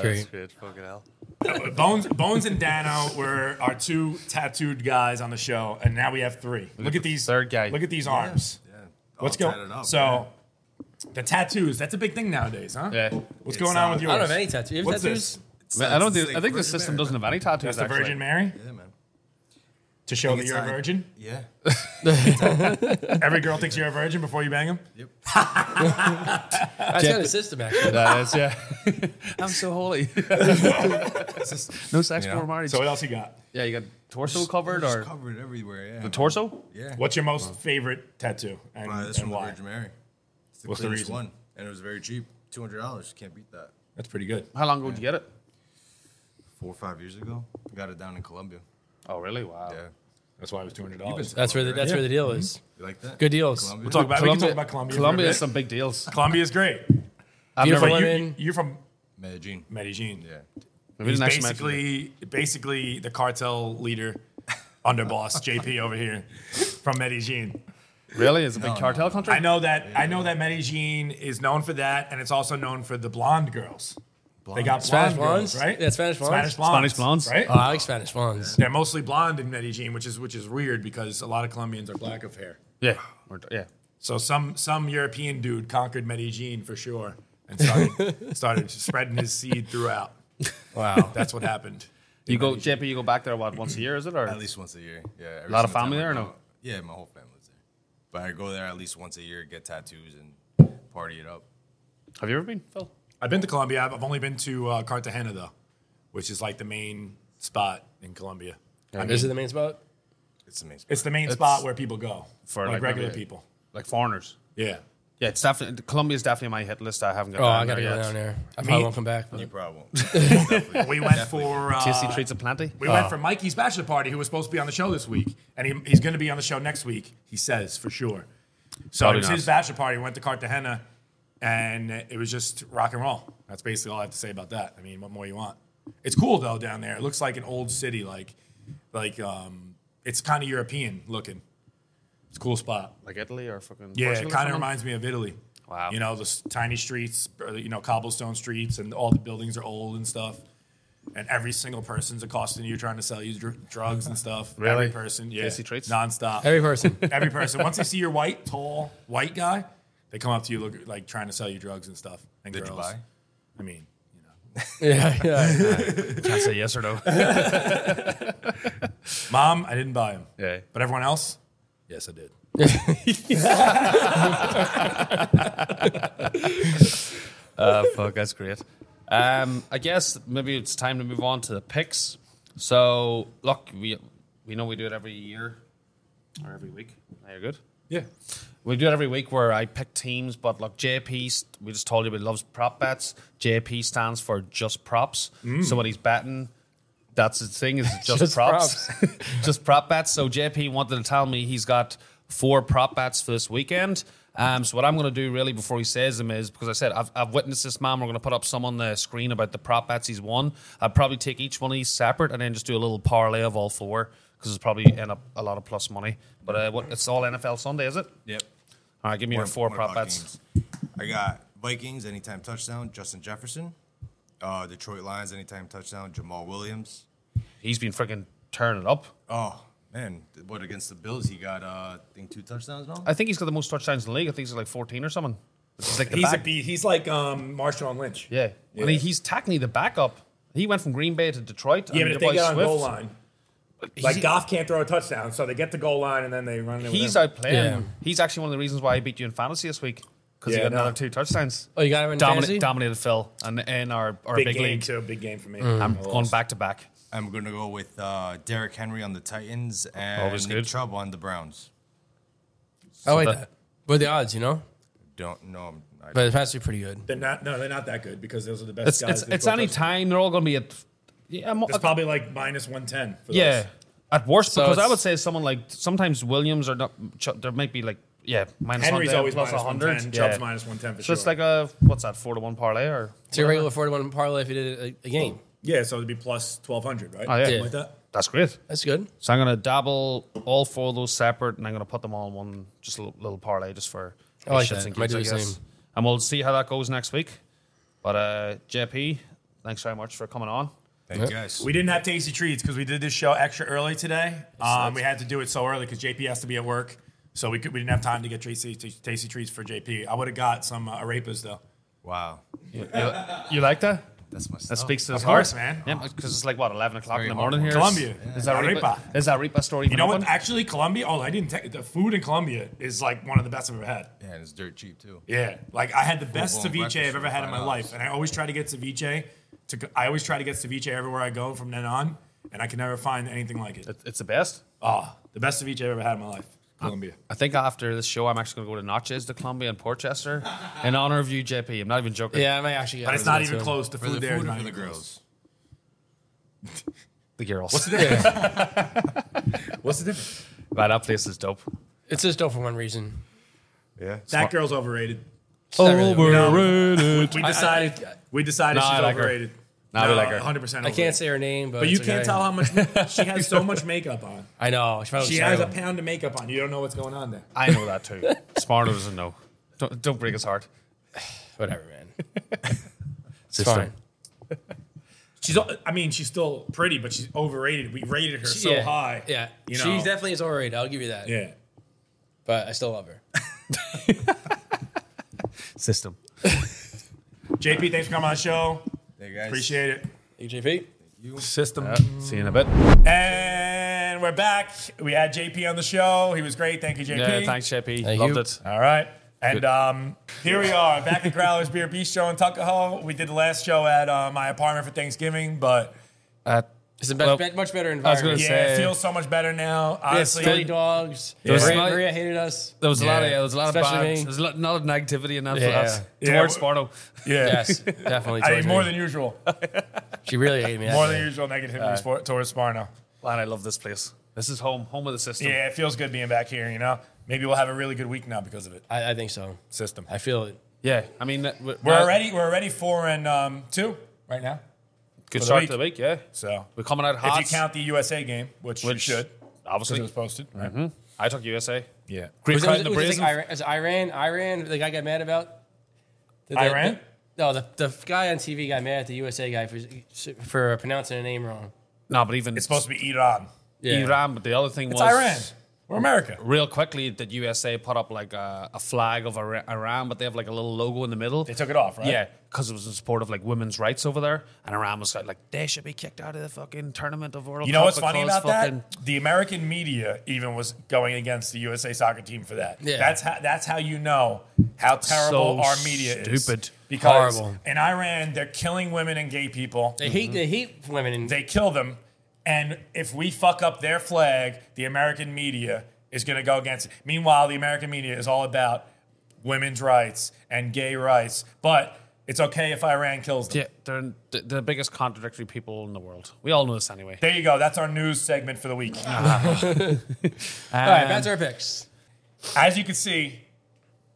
great. Fucking hell. Bones, Bones, and Dano were our two tattooed guys on the show, and now we have three. Look at these Third guy. Look at these arms. Yeah. What's All going? tatted on? up, So, yeah. the tattoos. That's a big thing nowadays, huh? Yeah. What's going on with I yours? don't have any tattoos. You have What's tattoos? this? I don't. It's think I think the Virgin system Mary, doesn't have any tattoos. That's the actually. Virgin Mary Yeah, man. to show that it's you're a like- virgin. Yeah. Every girl thinks you're a virgin before you bang them. That's kind of system, actually. That is, yeah. I'm so holy. no sex before marriage. So what else you got? yeah, you got torso covered Just or covered everywhere. Yeah. the torso? Yeah. What's your most favorite tattoo and, Uh, this and one, the why? Virgin Mary. It's the What's the cleanest reason? one, and it was very cheap. Two hundred dollars. Can't beat that. That's pretty good. How long ago did you get it? Four or five years ago, I got it down in Colombia. Oh, really? Wow. Yeah. That's why it was two hundred dollars. That's where the, that's where the deal is. You like that? Good deals. Colombia? We'll talk about. we can talk about Colombia. for a Colombia bit. is some big deals. Colombia's great. Beautiful But you- women. you, are from Medellin. Medellin. Yeah. He's Nice to meet you. basically basically the cartel leader, underboss JP over here from Medellin. really is a big cartel country. I know that I know that Medellin is known for that, and it's also known for the blonde girls. They got blonde Spanish girls, blondes? right? Yeah, Spanish blondes. Spanish blondes. Spanish blondes. Uh. right? Oh, I like Spanish ones. They're mostly blonde in Medellin, which is which is weird because a lot of Colombians are black of hair. Yeah, We're- yeah. So some some European dude conquered Medellin for sure and started started spreading his seed throughout. Wow. That's what happened. You go, JP. You go back there what once a year? Is it or At least once a year. Yeah. every Lot of single time family I there or go- no? Yeah, my whole family's there. But I go there at least once a year, get tattoos, and party it up. have you ever been, Phil? I've been to Colombia. I've I've only been to uh, Cartagena though, which is like the main spot in Colombia. I mean, This is the main spot. It's amazing. it's the main spot where people go For, like, like, regular maybe- people. Like foreigners? Yeah, Yeah, it's definitely Colombia's definitely my hit list. I haven't got. Oh, down I gotta there go yet. down there. I Me- probably won't come back. but- You probably won't. we went for Tasty uh, treats of plenty. we went for Mikey's bachelor party, who was supposed to be on the show this week, and he, he's going to be on the show next week. He says for sure. So Probably it was not. his bachelor party. Went to Cartagena, and it was just rock and roll. That's basically all I have to say about that. I mean, what more you want? It's cool though down there. It looks like an old city, like like um, it's kind of European looking. It's a cool spot. like Italy or fucking. Yeah, it Portugal or kind something? of reminds me of Italy. Wow. You know, the s- tiny streets, or, you know, cobblestone streets, and all the buildings are old and stuff. And every single person's accosting you, trying to sell you dr- drugs and stuff. Really? Every person, yeah. Tasty treats? Nonstop. Every, Every person. person. Once they see your white, tall, white guy, they come up to you, look like trying to sell you drugs and stuff. And Did you girls. buy? I mean, you know. yeah, yeah. Can't say yes or no. Mom, I didn't buy him. yeah. But everyone else? Yes, I did. Uh, fuck, that's great. Um, I guess maybe it's time to move on to the picks. So, look, we we know we do it every year or every week. Are you good? Yeah. We do it every week where I pick teams, but look, JP, st- we just told you he loves prop bets. JP stands for just props. So when he's betting, that's the thing, is just, Just props. just prop bets. So JP wanted to tell me he's got four prop bets for this weekend. Um, so what I'm going to do really before he says them is because I said I've, I've witnessed this man. We're going to put up some on the screen about the prop bets he's won. I'll probably take each one of these separate and then just do a little parlay of all four because it's probably end up a lot of plus money. But uh, what, it's all NFL Sunday, is it? Yep. All right, give me your What- four what prop about bets. games? I got Vikings anytime touchdown, Justin Jefferson. Uh, Detroit Lions anytime touchdown, Jamal Williams. He's been freaking turning it up. Oh man, what against the Bills? He got uh, I think two touchdowns now. I think he's got the most touchdowns in the league. I think he's like 14 or something. Which is like the He's, a back. B, he's like um, Marshawn Lynch. yeah. And he, he's technically the backup He went from Green Bay to Detroit. Yeah, and but if your they boy get on Swift- goal line, like Goff can't throw a touchdown, so they get the goal line and then they run. it with He's him. outplaying. Yeah. He's actually one of the reasons why I beat you in fantasy this week because Yeah, he got no. another two touchdowns. Oh, you got him in fantasy? Dominate, dominated Phil and in our, our big, big, game league. too. Big game for me. I'm Oh, going back to back. I'm going to go with uh, Derrick Henry on the Titans and Always Nick good. Chubb on the Browns. I like that- that. But the odds, you know? Don't know. I- But it has to be pretty good. They're not. No, they're not that good because those are the best It's guys. it's, that it's throw any touchdowns. time they're all going to be at yeah mo- It's probably like minus one ten. yeah at worst So because I it's- would say someone like sometimes Williams or not Ch- there might be like yeah minus Henry's 100, always plus minus one ten. 100 Chubb's yeah. minus one ten for so sure. it's like a what's that four to one parlay or It's your regular 41 parlay if you did a, a game. yeah, so it'd be plus twelve hundred, right? Oh, yeah. Something Yeah. Like that. that's great. That's good. So I'm going to dabble all four of those separate, and I'm going to put them all in one just a little, little parlay just for I like shits that. and Might gigs, do I the guess. same. And we'll see how that goes next week. But uh, JP, thanks very much for coming on. Thank you guys. We didn't have tasty treats because we did this show extra early today. Um, we had to do it so early because JP has to be at work, so we could, we didn't have time to get tasty, tasty treats for JP. I would have got some uh, arepas though. Wow. You like that? That's my That Oh, stuff. speaks to his Of course, man. heart, Yeah, because it's like what eleven o'clock in the hard morning here. Colombia. Is that Ripa? Arepa. Is that Ripa story? You know what? Actually, Colombia. Oh, I didn't. take the food in Colombia is like one of the best I've ever had. Yeah, and it's dirt cheap too. Yeah, like I had the best blown ceviche breakfast I've ever had in my for $5. life, and I always try to get ceviche. To go- I always try to get ceviche everywhere I go from then on, and I can never find anything like it. It's the best. Ah, the best ceviche I've ever had in my life, Colombia. I think after this show, I'm actually going to go to Notches, the Columbia in Portchester, in honor of you, JP. I'm not even joking. Yeah, I might actually get But it it's as not well, even too. close. The For food the there is food or not for the even close. girls? the girls. What's the What's the difference? Right, that place is dope. It's just dope for one reason. Yeah. That girl's overrated. It's not really- We decided. we decided Nah, I she's like her. overrated. Nah, we like her. 100. percent I can't say her name, but But you it's can't okay. tell how much she has. So much makeup on. I know. She, probably She looks has a terrible. pound of makeup on. You don't know what's going on there. I know that too. Smarter doesn't know. Don't, don't break his heart. Whatever, man. it's Sister. fine. She's. al- I mean, she's still pretty, but she's overrated. We rated her so yeah. high. Yeah. You she know. definitely is overrated. I'll give you that. yeah. But I still love her. System. JP, thanks for coming on the show. Hey guys. Appreciate it. EJP? System. See you in a bit. And we're back. We had JP on the show. He was great. Thank you, JP. Yeah, thanks, JP. Thank Loved you. it. All right. And um, here we are back at Growler's Beer Beast Show in Tuckahoe. We did the last show at uh, my apartment for Thanksgiving, but Uh, It's a be- Well, be- much better was environment. gonna yeah, Say- it feels so much better now. Honestly, Silly dogs. There was Maria, like- Maria hated us. there was a lot Yeah. of yeah, there was a lot Especially of bad, me. there was a lot, not of negativity in that Yeah. for us Yeah, towards well- Sparto. yeah, Yes, definitely. I towards mean, more me. than usual, she really hated me. that more day. than usual negativity for- towards Sparno. Man, I love this place. This is home, home of the system. Yeah, it feels good being back here. You know, maybe we'll have a really good week now because of it. I, I think so. System. I feel it. Yeah, I mean, that- We're already we're already four and um, two right now. good the start week. to the week. Yeah, So we're coming out if hot. you count the USA game, which, which Mm-hmm. you should because obviously, it was posted, right? I took USA. Yeah. Great Was it, cut was in it, the was it brazen. like Iran, is it Iran? Iran? The guy got mad about? The- the- Iran? no, the, the guy on TV got mad at the USA guy for, for pronouncing the name wrong. no, but even It's supposed to be Iran. Yeah. Iran. But the other thing It's was Iran. We're America. real quickly that USA put up like a, a flag of Ira- Iran, but they have like a little logo in the middle. They took it off, right? Yeah, because it was in support of like women's rights over there, and Iran was like, like they should be kicked out of the fucking tournament of World You know Cup what's funny because about fucking- that? The American media even was going against the USA soccer team for that. Yeah. That's how that's how you know how terrible So our media is. stupid. Because Horrible. in Iran, they're killing women and gay people. They hate they hate women and They kill them. And if we fuck up their flag, the American media is going to go against it. Meanwhile, the American media is all about women's rights and gay rights. But it's okay if Iran kills them. Yeah, they're the, the biggest contradictory people in the world. We all know this anyway. There you go. That's our news segment for the week. All right, that's our picks. As you can see,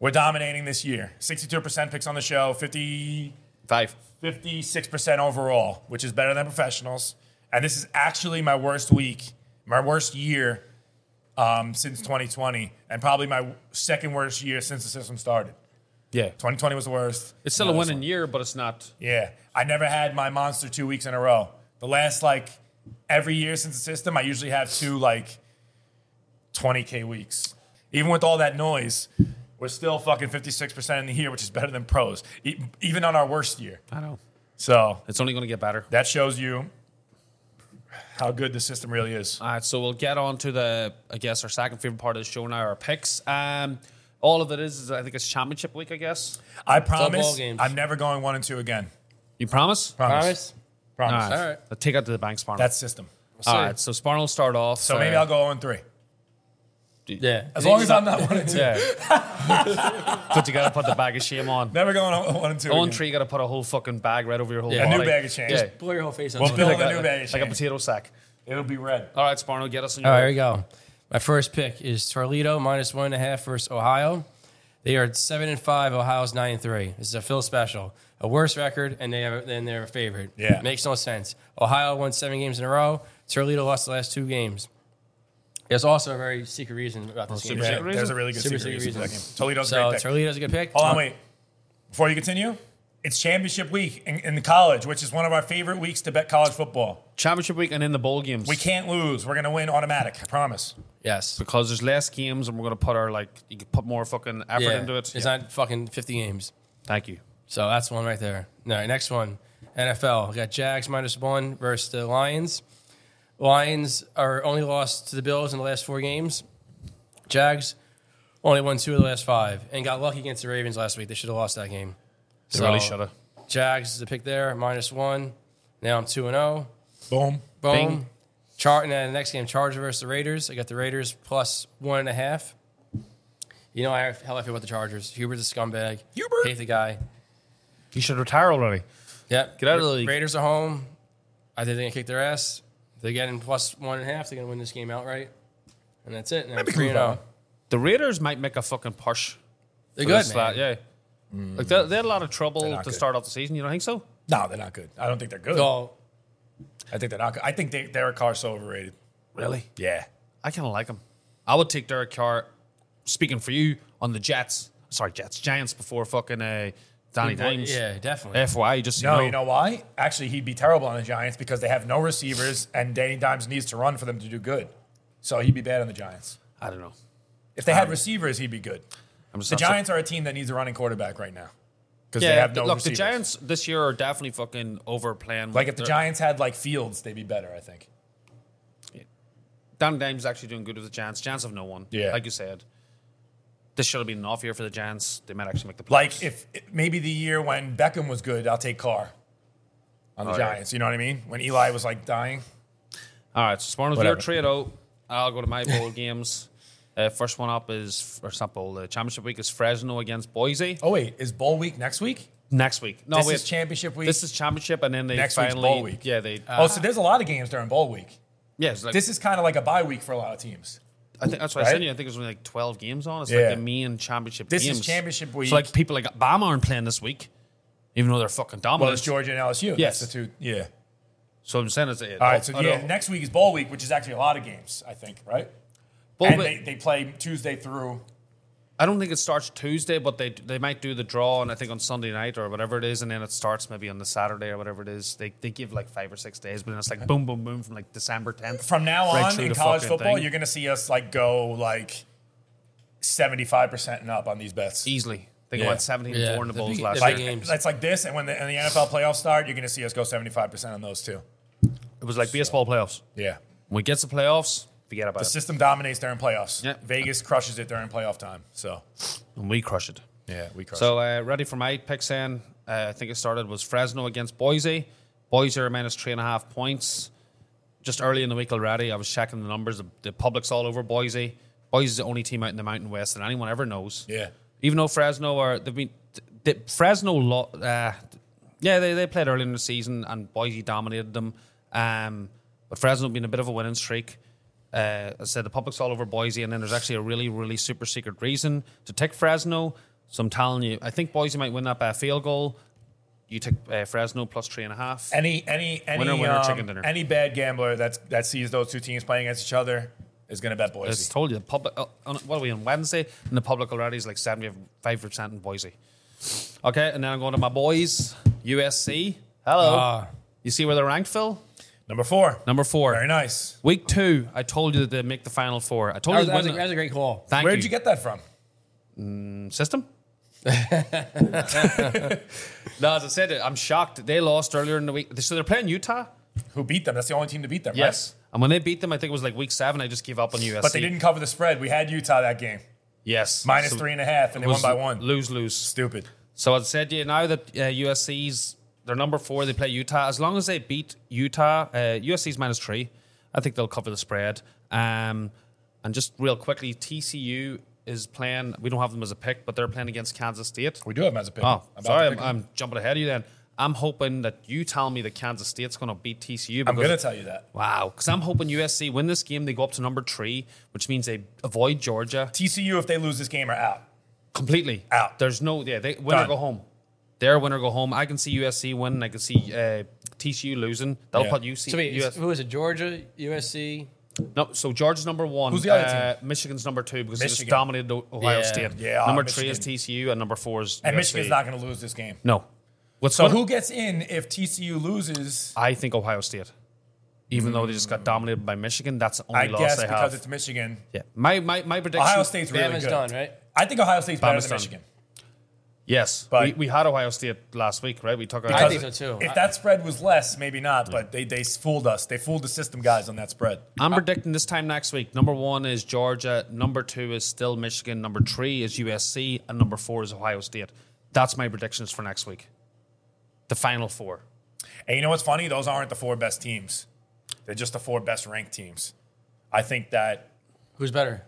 we're dominating this year. 62% picks on the show, 50, Five. 56% overall, which is better than professionals. And this is actually my worst week, my worst year um, since 2020, and probably my second worst year since the system started. Yeah, 2020 was the worst. it's still a winning year, but it's not. Yeah. I never had my monster two weeks in a row. The last, like, every year since the system, I usually have two, like, 20K weeks. Even with all that noise, we're still fucking 56% in the year, which is better than pros, e- even on our worst year. I know. So It's only going to get better. that shows you how good the system really is. All right, so we'll get on to the, I guess, our second favorite part of the show now, our picks. Um, all of it is, is I think it's championship week, I guess. I all promise games. I'm never going one and two again. You promise? Promise. Promise? Promise. All right. All right. I'll take out to the bank, Sparno. That's system. all right, so Sparno will start off. uh, So maybe I'll go 0 and 3. Yeah. As long as I'm not 1 and 2. Yeah. but you got to put the bag of shame on. Never going on 1 and 2. On again. tree, you got to put a whole fucking bag right over your whole Yeah. A new body. bag of change. Yeah. blow your whole face out. We'll build a new Like bag of like a change. potato sack. It'll be red. All right, Sparno, get us on your. All right, here we go. My first pick is Toledo minus one and a half versus Ohio. They are seven and five. Ohio's nine and three. This is a Phil special, a worse record, and they have then they're a favorite. Yeah. makes no sense. Ohio won seven games in a row. Toledo lost the last two games. There's also a very secret reason about this game. super secret right? There's a really good Super secret reason for that secret game. reason. Toledo's a So great pick. Toledo's a good pick. Hold on, wait. Before you continue, it's championship week in, in college, which is one of our favorite weeks to bet college football. Championship week and in the bowl games. We can't lose. We're going to win automatic. I promise. Yes. because there's less games and we're going to put our, like, you can put more fucking effort Yeah. into it. It's not fucking 50 games. Thank you. So that's one right there. All right, next one. NFL. We got Jags minus one versus the Lions. Lions are only lost to the Bills in the last four games. Jags only won two of the last five and got lucky against the Ravens last week. They should have lost that game. They really should have. Jags is the pick there, minus one. Now I'm 2 and 0. Boom. Boom. Bing. Char- and then the next game, Chargers versus the Raiders. I got the Raiders plus one and a half. You know I, how I feel about the Chargers. Hubert's a scumbag. Hubert. Hate the guy. You should retire already. Yep. Get out of the league. Raiders are home. I think they're gonna kick their ass. They're getting plus one and a half. They're gonna win this game outright, and that's it. And I'm three and oh. The Raiders might make a fucking push. They're for good, this, that, man. yeah. Like they, they had a lot of Mm. They're trouble not to good. start off the season. You don't think so? No, they're not good. I don't think they're good. So I think they're not good. I think they, Derek Carr's so overrated. Really? Yeah. I kind of like them. I would take Derek Carr. Speaking for you on the Jets, sorry Jets Giants before fucking uh, Danny Dimes. yeah, definitely. FYI, just so No, you know. you know why? Actually, he'd be terrible on the Giants because they have no receivers, and Danny Dimes needs to run for them to do good. So he'd be bad on the Giants. I don't know. If they had receivers, he'd be good. I'm just The not Um, so- Giants are a team that needs a running quarterback right now because Yeah, they have no look, receivers. the Giants this year are definitely fucking overplaying. Like if the They're- Giants had like Fields, they'd be better. I think. Danny Dimes is actually doing good with the Giants. Giants have no one. Yeah. like you said, this should have been an off year for the Giants. They might actually make the playoffs. Like if maybe the year when Beckham was good, I'll take Carr on the Oh, yeah. Giants. You know what I mean? When Eli was like dying. All right, so Sparno's your Whatever. trade out. I'll go to my bowl games. Uh, first one up is, or it's not bowl, the championship week is Fresno against Boise Oh wait, is bowl week next week? next week. No, this wait. is championship week. this is championship, and then they Next week's finally. bowl week. Yeah, they. oh, so there's a lot of games during bowl week. yeah, it's like, This is kind of like a bye week for a lot of teams. I think that's what I right? said. to you. I think there's only like 12 games on. It's Yeah. like the main championship This is games. championship week. So, like, people like Bama aren't playing this week, even though they're fucking Well, dominant. it's Georgia and LSU. Yes. Oh, That's the two. Yeah. so I'm saying it's. All All right. So yeah, next week is bowl week, which is actually a lot of games. I think. Right. bowl and week- they, they play Tuesday through. I don't think it starts Tuesday, but they they might do the draw, and I think on Sunday night or whatever it is, and then it starts maybe on the Saturday or whatever it is. They, they give like five or six days, but then it's like boom, boom, boom from like December tenth. From now Right on through in the college fucking football, thing. you're going to see us like go like seventy five percent and up on these bets. easily. They Yeah. went seventeen and Yeah, four in the the bowls big- last the like year. big- games. it's like this, and when the, and the NFL playoffs start, you're going to see us go 75 percent on those too. It was like baseball playoffs. Yeah, When we get to playoffs, forget about the it, system dominates during playoffs. Yeah. Vegas crushes it during playoff time. So and we crush it. yeah, we crush. So uh, ready for my picks in. Uh, I think it started was Fresno against Boise. Boise are minus three and a half points. Just early in the week already, I was checking the numbers. The, the public's all over Boise. Boise's the only team out in the Mountain West that anyone ever knows. it. Yeah, Even though Fresno are they've been th- th- Fresno lo- uh, yeah they, they played early in the season and Boise dominated them. Um, but Fresno been a bit of a winning streak. Uh, as I said the public's all over Boise, and then there's actually a really really super secret reason to take Fresno. So I'm telling you, I think Boise might win that by a field goal. You take uh, Fresno plus three and a half. any any any Winner, winner, um, chicken dinner. any bad gambler that's that sees those two teams playing against each other is going to bet Boise. I just told you the public. Uh, on, what are we on Wednesday? And the public already is like seventy-five percent in Boise. Okay, and then I'm going to my boys, USC. Hello. Ah. you see where they're ranked, Phil? Number four, Number four. very nice. Week two. I told you that they make the final four. I told you that was, they that was a, win that was a great call. Thank Where did you get that from? system? No, as I said, I'm shocked. They lost earlier in the week. So they're playing Utah? Who beat them? That's the only team to beat them, right? And when they beat them, I think it was like week seven, I just gave up on USC. But they didn't cover the spread. We had Utah that game. Yes. Minus So three and a half, and they it won was by one. Lose, lose. Stupid. So I said to you now that uh, USC's they're number four. They play Utah. As long as they beat Utah, uh, USC's minus three. I think they'll cover the spread. Um, and just real quickly, TCU is playing. We don't have them as a pick, but they're playing against Kansas State. We do have them as a pick. Oh, About sorry, to pick I'm, I'm jumping ahead of you. Then I'm hoping that you tell me that Kansas State's going to beat TCU. I'm because- going to tell you that. Wow, because I'm hoping USC win this game. They go up to number three, which means they avoid Georgia TCU, if they lose this game, are out. completely. Out. There's no yeah. They winner Done. go home. They're winner go home. I can see USC winning. I can see uh, TCU losing. That'll Yeah. put UC. So wait, is- US, who is it? Georgia, USC. no, so Georgia's number one. Who's the other uh, Michigan's number two because they just Michigan. dominated O- Ohio Yeah. State. Yeah, number three Michigan. is TCU and number four is And USC. Michigan's not going to lose this game. No. What's So what- who gets in if TCU loses? I think Ohio State. Even though they just got dominated by Michigan, that's the Hmm. only I loss guess they because have. it's Michigan. yeah. My my my prediction. Ohio State's really Bama's good. done, right? I think Ohio State's better Bama's than done. Michigan. Yes, But- we, we had Ohio State last week, right? We took our I think Because so, too. If I- that spread was less, maybe not. But they they fooled us. They fooled the system guys on that spread. I'm predicting this time next week. Number one is Georgia. Number two is still Michigan. Number three is USC, and number four is Ohio State. That's my predictions for next week. The final four. And you know what's funny? Those aren't the four best teams. They're just the four best ranked teams. I think that Who's better?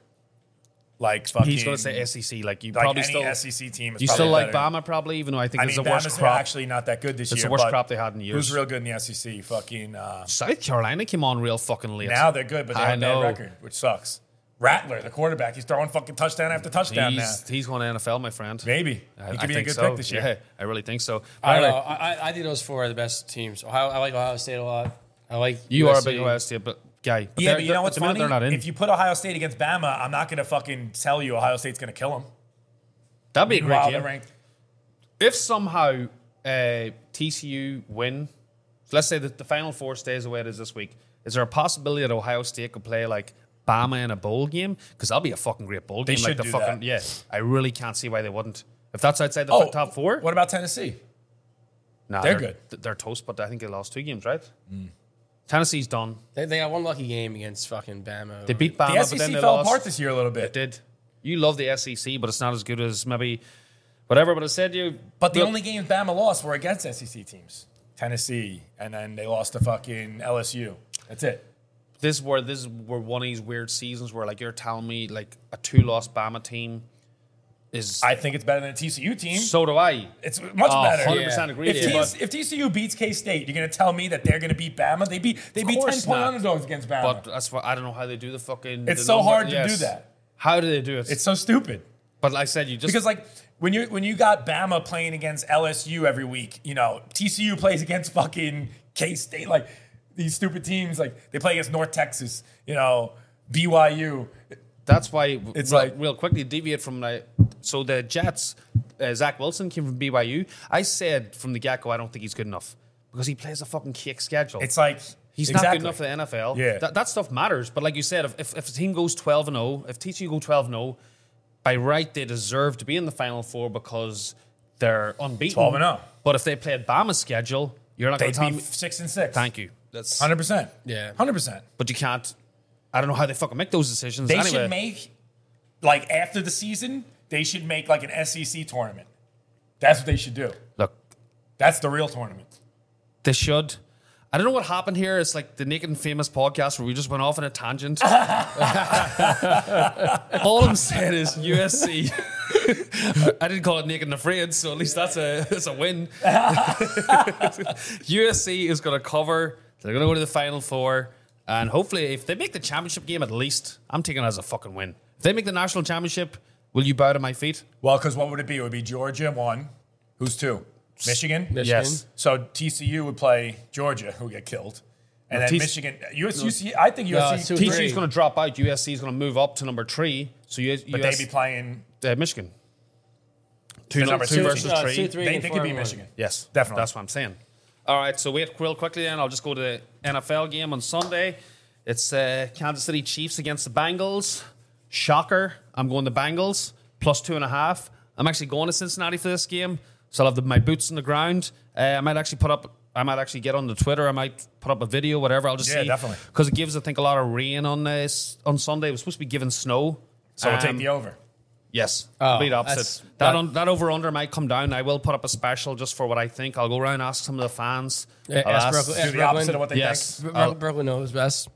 like fucking. He's going to say SEC. Like you like probably any still SEC team. Is probably you still like better. Bama probably, even though I think I it's mean, the worst Bama's crop. actually not that good this It's year. the worst but crop they had in years. Who's real good in the SEC? Fucking. Uh, South Carolina came on real fucking late. Now they're good, but they I have a know. bad record, which sucks. Rattler, the quarterback, he's throwing fucking touchdown after touchdown now. he's, he's going to NFL, my friend. Maybe I, he I could be a think good so. pick this year. uh, Yeah, I really think so. I don't Anyway, know. I, I- I think those four are the best teams. Ohio, I like Ohio State a lot. I like You USC. are a big Ohio State but guy. But Yeah, they're- but you know at what's the minute funny? They're not in. If you put Ohio State against Bama, I'm not going to fucking tell you Ohio State's going to kill him. That'd be a great While they're game. ranked, If somehow uh, TCU win, so let's say that the final four stays the way it is this week, is there a possibility that Ohio State could play like Bama in a bowl game? Because that'll be a fucking great bowl game. like should the do fucking that. yeah. I really can't see why they wouldn't. If that's outside the Oh, top four, What about Tennessee? Nah, They're th- They're toast, but I think they lost two games, right? Mm. Tennessee's done. They, they got one lucky game against fucking Bama. They beat Mm. The Bama, but SEC then they fell lost. apart this year a little bit. It did. You love the SEC, but it's not as good as maybe whatever. But I said to you, But the Look, only games Bama lost were against SEC teams, Tennessee, and then they lost to fucking LSU. That's it. this is where this is where one of these weird seasons where like you're telling me like a two loss Bama team is I think it's better than a TCU team. so do I. It's much Oh, better. 100% agree If, with you, TC if TCU beats K State, you're going to tell me that they're going to beat Bama? They beat they beat ten course point not. underdogs against Bama. But that's what I don't know how they do the fucking. It's the so number- hard to do yes. that. How do they do it? it's so stupid but like I said, you just because like when you when you got Bama playing against LSU every week, you know TCU plays against fucking K State. Like these stupid teams, like they play against North Texas. You know BYU. that's why it's It's real, like like- real quickly deviate from like so the Jets. Uh, Zach Wilson came from BYU. I said from the get go, I don't think he's good enough because he plays a fucking kick schedule. It's like He's exactly. not good enough for the NFL. Yeah. That, that stuff matters. But like you said, if, if, if a team goes 12 and 0, if TCU go 12 and 0, by right, they deserve to be in the Final Four because they're unbeaten. 12 and 0. But if they played Bama's schedule, you're not going They'd to tell be me. six and six. Thank you. That's Hundred percent. Yeah. Hundred percent. But you can't. I don't know how they fucking make those decisions. They anyway, should make like after the season, they should make like an SEC tournament. That's what they should do. Look, That's the real tournament. they should. I don't know what happened here. It's like the Naked and Famous podcast where we just went off on a tangent. All I'm saying is USC. I didn't call it Naked and Afraid, so at least that's a that's a win. USC is going to cover. They're going to go to the Final Four, and hopefully, if they make the championship game, at least I'm taking it as a fucking win. If they make the national championship, will you bow to my feet? Well, because what would it be? It would be Georgia one. Who's two? Michigan. Yes. So TCU would play Georgia, who get killed, and then T- Michigan. US, UC, I think USC. it's two- TCU Three. is going to drop out. USC is going to move up to number three. So US, but they'd be playing. uh, Michigan. Two, They're num- number two two. versus Uh, three. two, three, They, and they four could be and one. Michigan. Yes, Definitely. That's what I'm saying. All right, so wait real quickly then. I'll just go to the NFL game on Sunday. It's uh, Kansas City Chiefs against the Bengals. Shocker. I'm going the Bengals plus two and a half. I'm actually going to Cincinnati for this game, so I'll have the, my boots on the ground. Uh, I might actually put up. I might actually get on the Twitter. I might put up a video, whatever. I'll just Yeah, see definitely. because it gives I think a lot of rain on this on Sunday. It was supposed to be giving snow, So we'll take Um, the over. Yes, Oh, complete that's- opposite. that- That on, that over under might come down. I will put up a special just for what I think. I'll go around ask some of the fans. Yeah, I'll ask Brooklyn- Do ask the Brooklyn. opposite of what they Yes. think. Bro- I'll- Brooklyn knows best.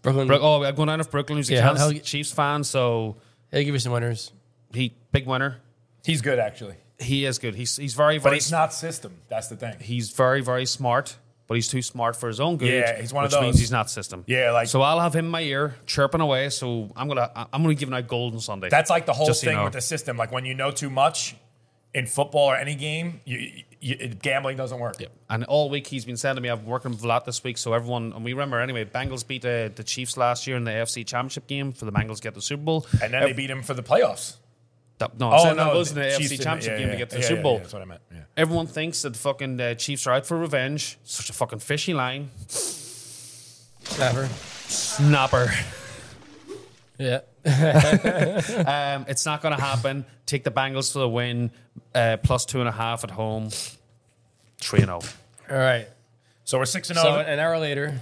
Brooklyn, Bro- oh, I'm going down with Uh, Brooklyn, who's a Yeah, how- Kansas how- Chiefs fan, so they give you some winners. he big winner. He's good actually, He is good. He's he's very very. but he's s- not system. That's the thing. He's very very smart, but he's too smart for his own good. Yeah, he's one of which those. means he's not system. Yeah, like- so. I'll have him in my ear chirping away. So I'm gonna I- I'm gonna give him out golden Sunday. That's like the whole Just so thing you know. with the system. Like when you know too much in football or any game, you, you, you- gambling doesn't work. And all week he's been saying to me, I've been working a lot this week. So everyone, and we remember anyway, Bengals beat uh, the Chiefs last year in the AFC Championship game for the Bengals to get the Super Bowl. And then they beat him for the playoffs. That- no, Oh, oh, no, no, it was in the the Chiefs AFC didn't- Championship yeah, game yeah, to get to yeah, the Super yeah, Bowl. yeah, that's what I meant, yeah. Everyone thinks that the fucking uh, Chiefs are out for revenge. Such a fucking fishy line. Snapper. Snapper. Yeah. Um, it's not going to happen. Take the Bengals for the win. Uh, plus two and a half at home. 3 oh. 0. All right. So we're six and oh. So zero. Oh, an hour later,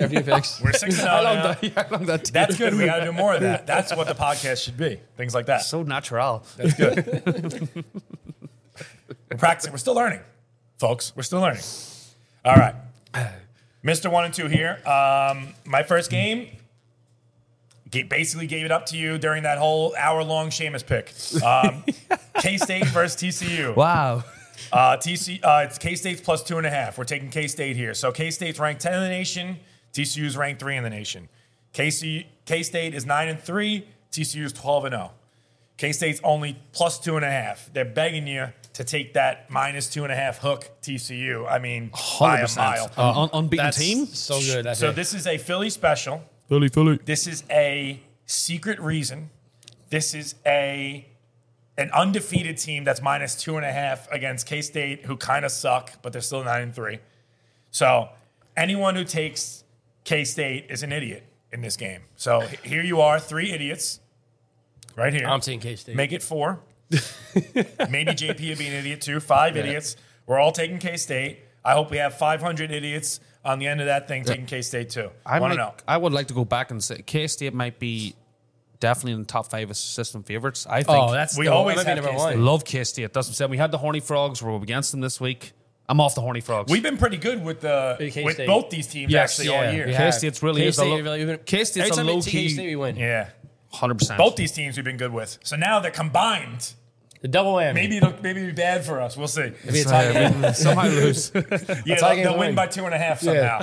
after you picks. We're six and zero. now. How long that That's good. We got to do more of that. That's what the podcast should be. Things like that. So natural. We're practicing. We're still learning, folks. We're still learning. All right. Mr. One and Two here. Um, my first game ga- basically gave it up to you during that whole hour long Seamus pick. Um, K State versus TCU. Wow. Uh, TC, uh, it's K State's plus two and a half. We're taking K State here. So K State's ranked 10 in the nation. TCU's ranked three in the nation. KC, K State is nine and three. TCU's 12 and oh. 0. K State's only plus two and a half. They're begging you to take that minus two and a half hook TCU. I mean, by a 100%. mile. Oh. Un- un- unbeaten That's team. so good. That's So it. this is a Philly special. Philly, Philly. This is a secret reason. This is a an undefeated team that's minus two and a half against K State, who kind of suck, but they're still nine and three. So anyone who takes K State is an idiot in this game. So h- here you are, three idiots, right here. I'm taking K State. Make it four. Maybe JP would be an idiot too. Five idiots. We're all taking K State. I hope we have 500 idiots on the end of that thing taking K State too. I I want might- to know. I would like to go back and say K State might be definitely in the top five as system favorites. I think Oh, that's We no, always that might be have number K-State. one. love K State. That's what I'm saying. We had the Horny Frogs. We're up against them this week. I'm off the Horny Frogs. We've been pretty good with the K-State. with both these teams Yes, actually yeah, all year. we Yeah. have. K-State's really is a K-State, low- really, we've been- K-State's every a time we low take key- K-State, we win. 100. percent Both these teams we've been good with. So now they're combined. The double whammy. Maybe it'll maybe it'll be bad for us. We'll see. Maybe it's high- uh, somehow lose. Yeah, how they'll, games they'll win win. by two and a half somehow.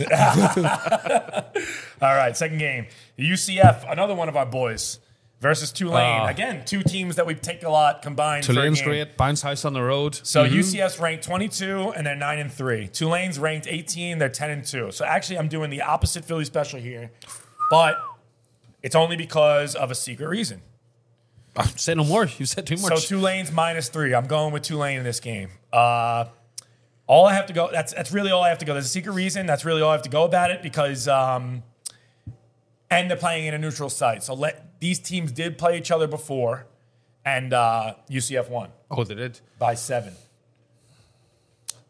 all right, second game. UCF, another one of our boys, versus Tulane. Ah. Again, two teams that we've taken a lot combined. for a Tulane's game. great. Mm-hmm. Bounce house on the road. So UCF's ranked 22 and they're 9 and 3. Tulane's ranked 18, they're 10 and 2. So actually I'm doing the opposite Philly special here. But it's only because of a secret reason. Ah, Say no more. You said too So much. Tulane's minus 3. I'm going with Tulane in this game. Uh all I have to go that's that's really all I have to go. There's a secret reason. That's really all I have to go about it because um and they're playing in a neutral site. So let these teams did play each other before and uh UCF won oh, they did. by 7.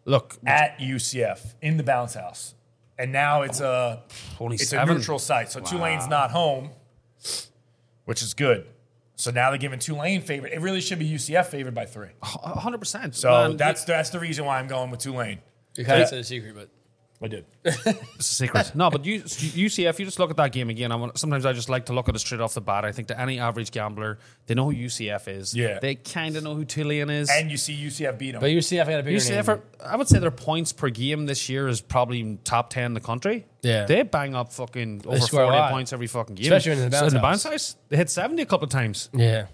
Look, at UCF in the bounce house. And now it's a only it's seven. a neutral site. So Tulane's not home, which is good. So now they're giving Tulane favored. It really should be UCF favored by three. 100. percent So that's that's the reason why I'm going with Tulane. You kind of said a secret, but I did. It's a secret. no, but you, UCF, you just look at that game again. I want, sometimes I just like to look at it straight off the bat. I think to any average gambler, they know who UCF is. Yeah. They kind of know who Tulane is. And you see UCF beat them. but UCF got a bigger UCF, name. are, I would say their points per game this year is probably top 10 in the country. Yeah. They bang up fucking over score a 40 lot. points every fucking game. Especially in the bounce in the house. bounce house. They hit 70 a couple of times. yeah.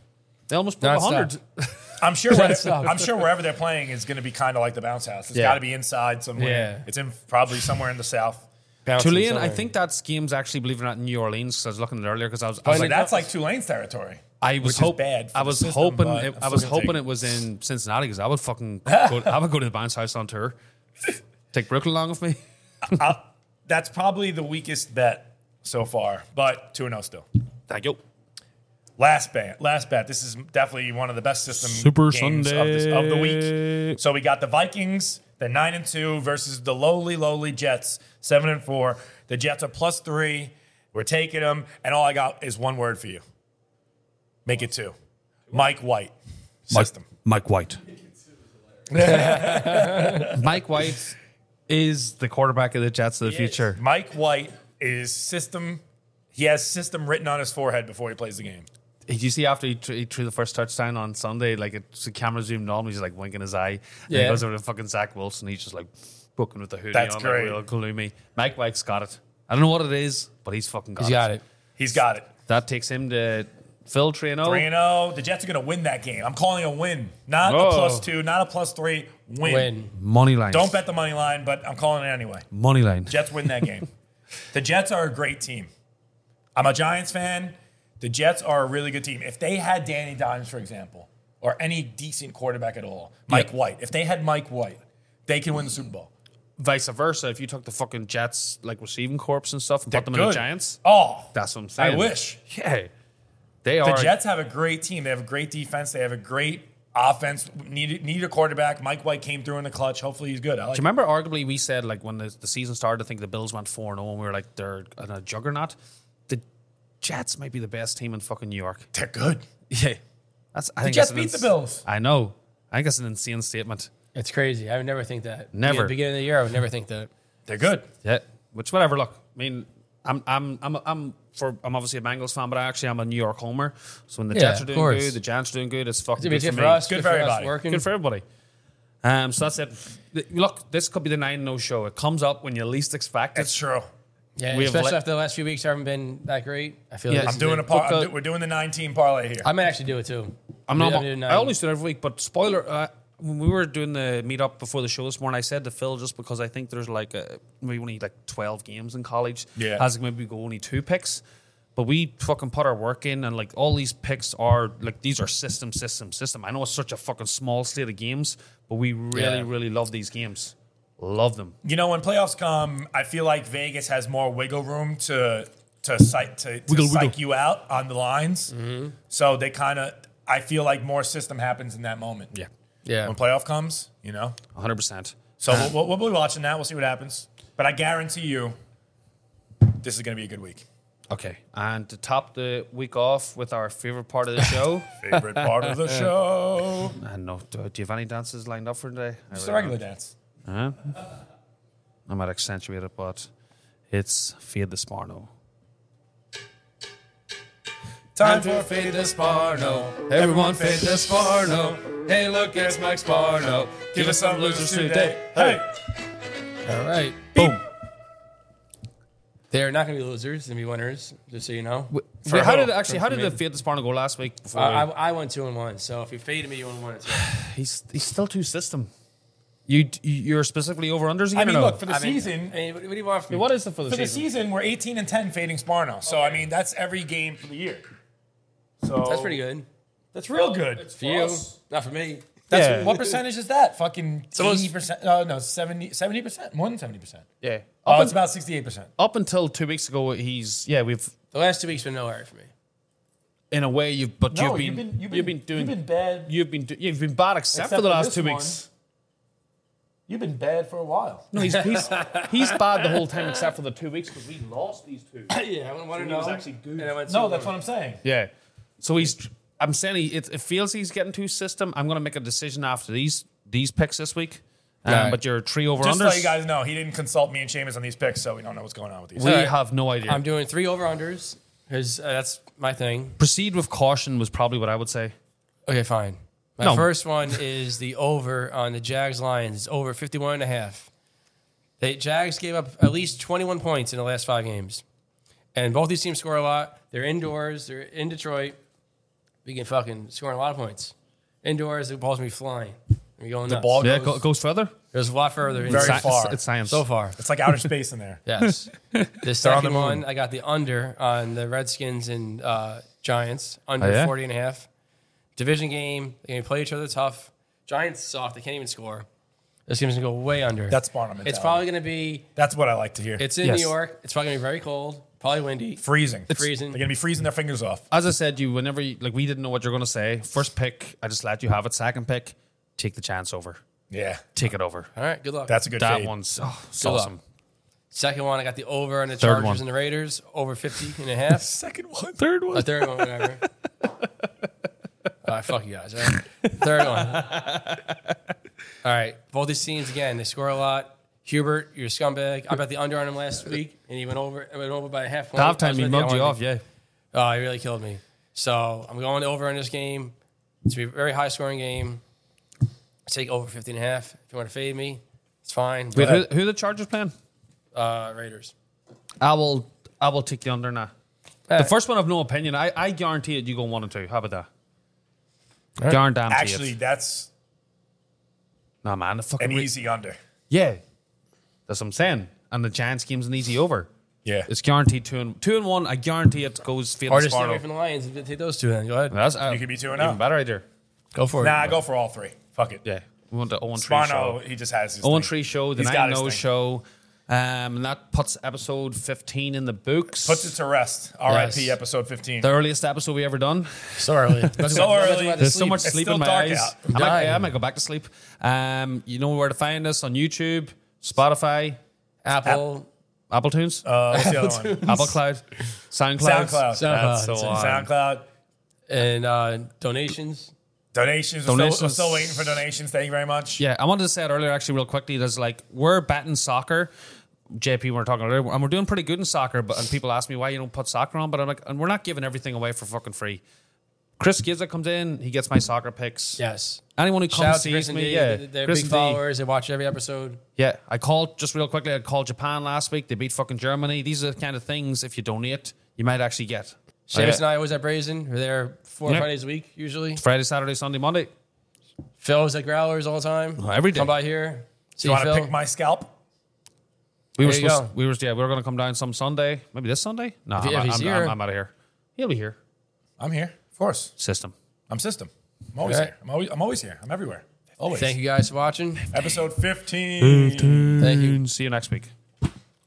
They almost put Non-stop. 100. I'm sure where, sucks. I'm sure wherever they're playing is going to be kind of like the bounce house. It's Yeah. got to be inside somewhere. Yeah. It's in probably somewhere in the south. Bouncing Tulane, I somewhere. think that scheme's actually, believe it or not, in New Orleans because I was looking at it earlier because I was, I I was was like, like, that's like Tulane's territory. I was is hope- bad for I the was system, hoping but it, I'm I was still gonna hoping take it was in Cincinnati because I would fucking go, I would go to the bounce house on tour, take Brooklyn along with me. I- that's probably the weakest bet so far, but 2 0 still. Thank you. Last bet. Last bet. This is definitely one of the best system Super games of, this, of the Sunday. week. So we got the Vikings, the nine and two versus the lowly, lowly Jets, seven and four. The Jets are plus three. We're taking them, and all I got is one word for you. Make it two. Mike White. System. Mike White. Mike White is the quarterback of the Jets of the future. Mike White is system. He has system written on his forehead before he plays the game. Did you see after he, tr- he threw the first touchdown on Sunday? Like it, the camera zoomed on, him, he's like winking his eye. Yeah. And he Yeah. goes over to fucking Zach Wilson. He's just like booking with the hoodie That's on, great. like real gloomy. Mike White's got it. I don't know what it is, but he's fucking got He's it. got it. He's got it. That takes him to Phil Three Trino. and zero. The Jets are going to win that game. I'm calling a win, not Whoa. a plus two, not a plus three. Win. Win. Money line. Don't bet the money line, but I'm calling it anyway. Money line. Jets win that game. the Jets are a great team. I'm a Giants fan. The Jets are a really good team. If they had Danny Dimes, for example, or any decent quarterback at all, Mike White. If they had Mike White, they can win the Super Bowl. Vice versa. If you took the fucking Jets like receiving corps and stuff and put them in the Good. Giants, Oh, that's what I'm saying. I wish. Yeah. They The are. Jets have a great team. They have a great defense. They have a great offense. Need need a quarterback. Mike White came through in the clutch. Hopefully he's good. I like Do you remember arguably we said like when the, the season started, I think the Bills went 4 0 and we were like, they're in a juggernaut. The Jets might be the best team in fucking New York. they're good. Yeah. That's, I think Jets that's an beat the ins- Bills. I know. I think that's an insane statement. It's crazy. I would never think that. Never. At the beginning of the year, I would never think that. They're good. Yeah. Which, whatever, look, I mean, I'm, I'm, I'm, I'm, for, I'm obviously a Bengals fan, but I actually I'm a New York homer. So when the Yeah, Jets are of doing course. good, the Giants are doing good, it's fucking It'd be good, good for for me. us. Good Good, for for, us everybody. working. Good for everybody. Um, so that's it. Th- Look, this could be the 9 0 show. It comes up when you least expect That's it. true. yeah, we have especially let- after the last few weeks, I haven't been that great. I feel Yeah, like I'm I'm this has doing been- a par- I'm Book a- do- we're doing the nine team parlay here. I might actually do it too. I'm Maybe not. I'll do it I nine. always do it every week, but spoiler. Uh, when we were doing the meetup before the show this morning, I said to Phil just because I think there's like a, we only like 12 games in college. Yeah. As maybe go only two picks, but we fucking put our work in, and like all these picks are like these are system, system, system. I know it's such a fucking small slate of games, but we really, Yeah. really love these games. Love them. you know, when playoffs come, I feel like Vegas has more wiggle room to to psych to, to Wiggle, psych wiggle. you out on the lines. So they kind of, I feel like more system happens in that moment. Yeah, Yeah. When playoff comes, you know. 100. percent So we'll, we'll, we'll be watching that. We'll see what happens. But I guarantee you, this is going to be a good week. Okay, and to top the week off with our favorite part of the show, Favorite part of the show. I know. Do, do you have any dances lined up for today? I It's really the regular dance. I might accentuate it, but it's Fia Desmarno. Time for Fade the Sparno. Everyone fit this Sparno. Hey, look, it's Mike Sparno. Give us some losers today. Hey. All right. Boom. They're not going to be losers. They're going to be winners, just so you know. For how who? did actually how did the Fia Desmarno go last week? Before Uh, I, I won two and one, so if you faded me, you won one and two. he's he's still too system. You you're specifically over unders again. I mean, or no? look, for the I mean, season, I mean, what, what do you want from me? what is the for the for the season? season, we're 18 and 10 fading Sparno. So, I mean, that's every game for the year. So That's pretty good. That's real good. For you, not for me. That's, Yeah. What percentage is that? Fucking So it's- 80%. No, no, 70, 70%. More than 70%. Yeah. Oh, Up, it's about 68%. up until two weeks ago, he's yeah we've The last two weeks been no alright for me. in a way you've but No, you've, been, you've been doing You've been bad. you've been do- you've been bad except, Except for the for last this two one. weeks. You've been bad for a while. No, he's, he's he's bad the whole time except for the two weeks because we lost these two. yeah, I want to know. was actually good. And I went No, that's what I'm saying. Yeah. So he's. I'm saying he, it, it feels he's getting too system. I'm going to make a decision after these these picks this week. Um, Alright. But your three over Just unders, so you guys know, he didn't consult me and Seamus on these picks, so we don't know what's going on with these. we Alright. have no idea. I'm doing three over unders because uh, that's my thing. Proceed with caution was probably what I would say. Okay, fine. My No. first one is the over on the Jags Lions. It's over 51 and a half. The Jags gave up at least 21 points in the last five games. And both these teams score a lot. They're indoors, they're in Detroit. We can fucking score a lot of points. Indoors, the ball's gonna be flying. We're going the ball Yeah, Yeah, it goes further. goes a lot further. Very inside- Sci- far. it's- It's science. So far. It's like outer space in there. Yes. The the second moon. one, I got the under on the Redskins and uh, Giants, under Oh, yeah? 40 and a half. Division game. They're going to play each other tough. Giants soft. They can't even score. This game's going to go way under. That's Sparno mentality. It's probably going to be, That's what I like to hear. it's in Yes. New York. It's probably going to be very cold. Probably windy. Freezing. Freezing. They're gonna be freezing their fingers off. As I said, you whenever you, like we didn't know what you're gonna say. First pick, I just let you have it. Second pick, take the chance over. Yeah, Take it over. All right, good luck. that's a good. That fade. one's oh, it's Good luck. awesome. Second one, I got the over on the Third Chargers one. and the Raiders, over 50 and a half. Second one. Third one. A third one, whatever. All right, fuck you guys. All right, third one. All right, both these teams again. They score a lot. Hubert, you're a scumbag. I bet the under on him last week, and he went over. It went over by a half point. I Halftime, was he betting mugged the you under. off. Yeah. Oh, he really killed me. So I'm going over in this game. It's gonna be a very high scoring game. Take over 15 and a half. If you want to fade me, it's fine. Wait, But, who, who the Chargers playing? uh, Raiders. I will. I will take the under now. The first one, I've no opinion. I, I guarantee it. You go one and two. How about that? Darn damn. Actually, it. that's no man. The fucking an re- easy under. yeah. That's what I'm saying. And the Giants game's an easy over. Yeah, It's guaranteed two and two and one. I guarantee it goes. Fade Or just stay away Sparno. from the Lions. Take those two then. Go ahead. That's uh, you could be two and oh. even zero. better idea. Go for it. Nah, go for all three. Fuck it. Yeah, we want the Owen Tree show. Spano, he just has his. Owen thing. Tree show, the He's Nine got his No thing. show, um, and that puts episode fifteen in the books. puts it to rest. R.I.P. Yes. Episode fifteen. the earliest episode we ever done. So early. So early. There's so Sleep. much It's sleep still in my dark eyes. out. I might, Dying. I might go back to sleep. Um, you know where to find us on YouTube, Spotify, Apple. Apple Tunes, Uh, what's the other one? Apple Cloud, SoundCloud. SoundCloud. That's so on. SoundCloud. and uh, donations. Donations. We're Donations. still, we're still waiting for donations. Thank you very much. Yeah, I wanted to say it earlier, actually, real quickly. There's like we're betting soccer. JP, we were talking earlier, and we're doing pretty good in soccer. But and people ask me why you don't put soccer on, but I'm like, and we're not giving everything away for fucking free. Chris Giza comes in, he gets my soccer picks. Yes. Anyone who Shout comes out to sees Chris and me, D. yeah, They're Chris big and Oh, D. followers. They watch every episode. Yeah, I called just real quickly. I called Japan last week. They beat fucking Germany. These are the kind of things if you donate, you might actually get. Seamus Yeah. and I was at Brazen. We're there four Yeah. Fridays a week usually. Friday, Saturday, Sunday, Monday. Phil was at Growlers all the time. every day. Come by here. See You want to Phil. pick my scalp? We were There you supposed go. we were yeah, we were gonna come down some Sunday. Maybe this Sunday? No, he- I'm, if he's I'm- here. I'm- I'm out of here. He'll be here. I'm here. Of course. System. I'm system. I'm always Right. here. I'm always, I'm always here. I'm everywhere. Always. Thank you guys for watching. Episode 15. Thank you. See you next week.